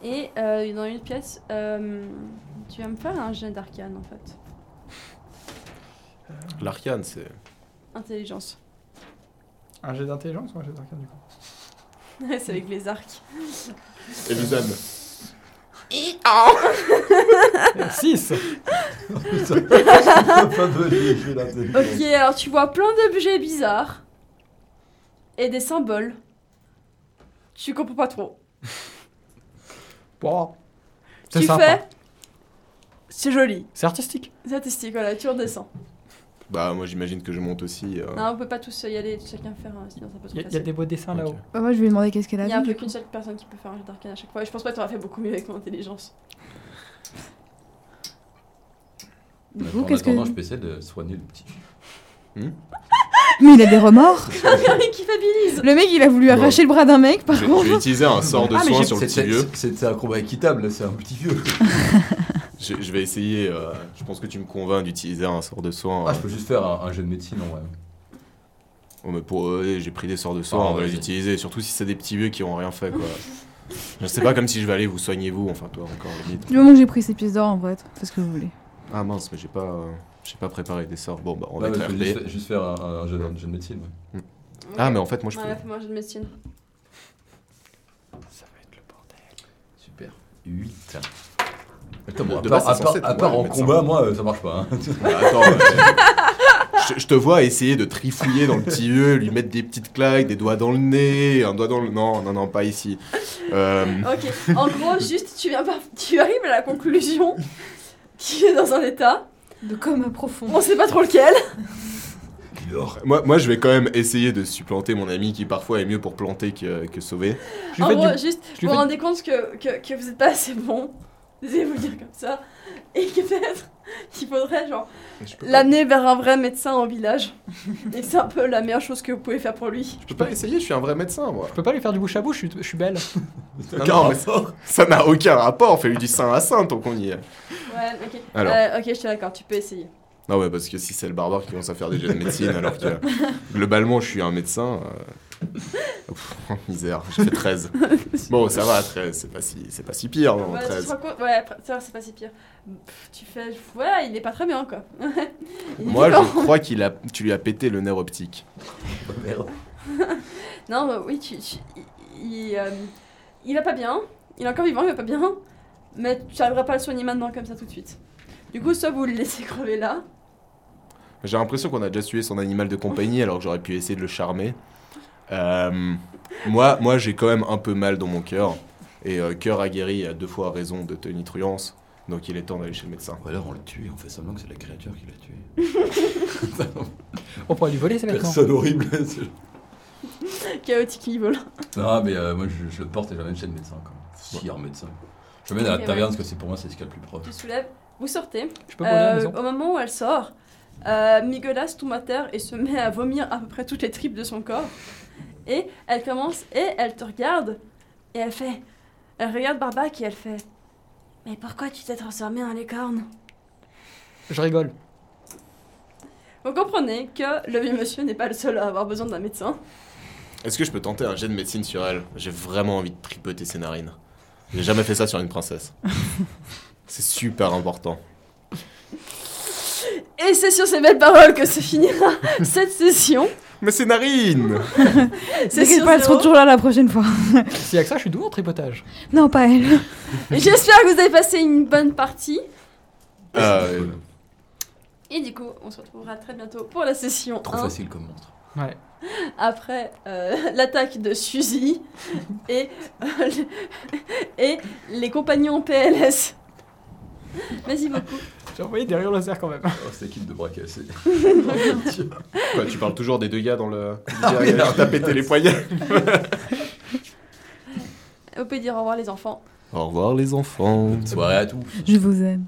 et euh, dans une pièce, euh, tu vas me faire un jet d'arcane en fait. L'arcane, c'est. Intelligence. *laughs* Un jet d'intelligence ou un jet d'arcane, du coup c'est avec les arcs. Et les âmes. Eh, 6 Putain, je peux pas donner, je vais Ok, l'intelligence. alors tu vois plein d'objets bizarres et des symboles. Tu comprends pas trop. Bon, c'est Tu sympa. fais. C'est joli. C'est artistique. Statistique, voilà, tu redescends. Bah, moi j'imagine que je monte aussi. euh, Non, on peut pas tous y aller, chacun faire un. Sinon, ça peut Il trop y, a- il y a des beaux dessins Ok. là-haut. Bah, moi je vais lui demander qu'est-ce qu'elle a Il n'y a vu, plus du qu'une seule personne qui peut faire un jet d'arcane à chaque fois. Et je pense pas que t'aurais fait beaucoup mieux avec ton intelligence. coup. Du En coup, qu'est-ce que. attendant, Bah, je peux essayer de soigner le petit. Mais il a des remords. qui fabilise Le mec il a voulu Bon. arracher le bras d'un mec par J'ai contre. j'ai utilisé un sort de Ah, mais soin j'ai- sur le c'est- petit vieux. c'est- C'est un combat équitable, là, c'est un petit vieux. Je, je vais essayer. euh, je pense que tu me convaincs d'utiliser un sort de soin. Ah, euh, je peux juste faire un, un jeu de médecine en vrai. oh, mais pour eux, j'ai pris des sorts de soin, Ah, on va ouais, les j'ai- utiliser. Surtout si c'est des petits vieux qui ont rien fait, quoi. je sais pas comme si je vais aller vous soigner, vous. Enfin, toi encore, limite. Du moment que j'ai pris ces pièces d'or en vrai, c'est ce que vous voulez. Ah mince, mais j'ai pas. euh, J'ai pas préparé des sorts. Bon, bah, on va Ouais, être je peux juste, RP. fa- juste faire un, un jeu, de- un jeu de médecine. ouais. Ah, mais en fait, moi je Ouais, là, peux. fais-moi un jeu de médecine. Ça va être le bordel. Super. 8. Attends, à part, à part- à part en combat, moi, euh, ça marche *laughs* pas. hein. attends, *laughs* je, je te vois essayer de trifouiller dans le petit vieux, lui mettre des petites claques, des doigts dans le nez, un doigt dans le. Non, non, non, pas ici. Euh, Ok, en *laughs* gros, juste, tu, viens par- tu arrives à la conclusion qu'il est dans un état, De coma profond. on sait pas trop lequel, Il dehors. Moi, moi, je vais quand même essayer de supplanter mon ami qui parfois est mieux pour planter que, que sauver. Je lui en fais gros, du- juste, je lui vous vous fais- rendez compte que, que, que vous n'êtes pas assez bon, désolé de vous le dire comme ça, et que peut-être qu'il faudrait genre Je peux, pas, l'amener vers un vrai médecin en village. et c'est un peu la meilleure chose que vous pouvez faire pour lui. je peux pas essayer, je suis un vrai médecin, moi. Je peux pas lui faire du bouche à bouche, je suis- je suis belle. Non, mais ça n'a aucun rapport, fais-lui du saint à saint tant qu'on y est. Ouais, ok. Alors. Euh, ok, je suis d'accord, tu peux essayer. Non, ouais, parce que si c'est le barbare qui commence à faire des jeux de médecine, alors que globalement, je suis un médecin. euh, Pff, oh, misère, j'ai fait 13. Bon, ça va, 13, c'est pas si, c'est pas si pire, non, Voilà, Bah, tu te 13. rends compte- ouais, après, ça c'est pas si pire. Pff, tu fais, voilà, il est pas très bien quoi. *laughs* Il est Moi, con. *laughs* je crois qu'il a, tu lui as pété le nerf optique. oh, Non, bah oui, tu, tu- il, il, euh, il va pas bien. Il est encore vivant, il va pas bien. Mais tu n'arriveras pas à le soigner maintenant comme ça tout de suite. Du coup, soit vous le laissez *laughs* crever là. J'ai l'impression qu'on a déjà tué son animal de compagnie, alors que j'aurais pu essayer de le charmer. Euh, moi, moi j'ai quand même un peu mal dans mon cœur. Et euh, cœur aguerri a deux fois raison de Tony Truance, donc il est temps d'aller chez le médecin. Ou alors on le tue, on fait semblant que c'est la créature qui l'a tué. On pourrait lui voler, hein. ça maintenant. Personne horrible. *laughs* Chaotique evil. non, mais euh, moi je, je le porte et j'amène chez le médecin. Quoi. Si, un médecin. Je l'amène à Ok, la ouais. taverne parce que c'est pour moi c'est ce qu'il y a de plus proche. Tu soulèves, vous sortez. Je peux voler à la Euh, maison. au moment où elle sort, euh, Migolas tombe à terre et se met à vomir à peu près toutes les tripes de son corps. Et elle commence et elle te regarde et elle fait. Elle regarde Barbac et elle fait. Mais pourquoi tu t'es transformé en licorne Euh, Je rigole. Vous comprenez que le vieux monsieur n'est pas le seul à avoir besoin d'un médecin. Est-ce que je peux tenter un jet de médecine sur elle J'ai vraiment envie de tripoter ses narines. J'ai jamais fait ça sur une *laughs* princesse. C'est super important. Et c'est sur ces belles paroles que se finira *laughs* cette session. Mais ses narines C'est T'inquiète sur pas, elles seront zéro. toujours là la prochaine fois. Si avec ça, je suis doué en tripotage. Non, pas elles. J'espère que vous avez passé une bonne partie. Ah, Euh, hein Et du coup, on se retrouvera très bientôt pour la session Trop 1 facile comme monstre. Ouais. après euh, *laughs* l'attaque de Suzy *laughs* et, euh, *laughs* le- et les compagnons PLS. Merci beaucoup. J'ai envoyé des rayons laser quand même. Oh, cette équipe de *laughs* bras *laughs* cassés. Quoi, tu parles toujours des deux gars dans le. Ah, merde. T'as pété les poignets On peut dire au revoir les enfants. Au revoir les enfants Bonne soirée à tous. Je vous aime.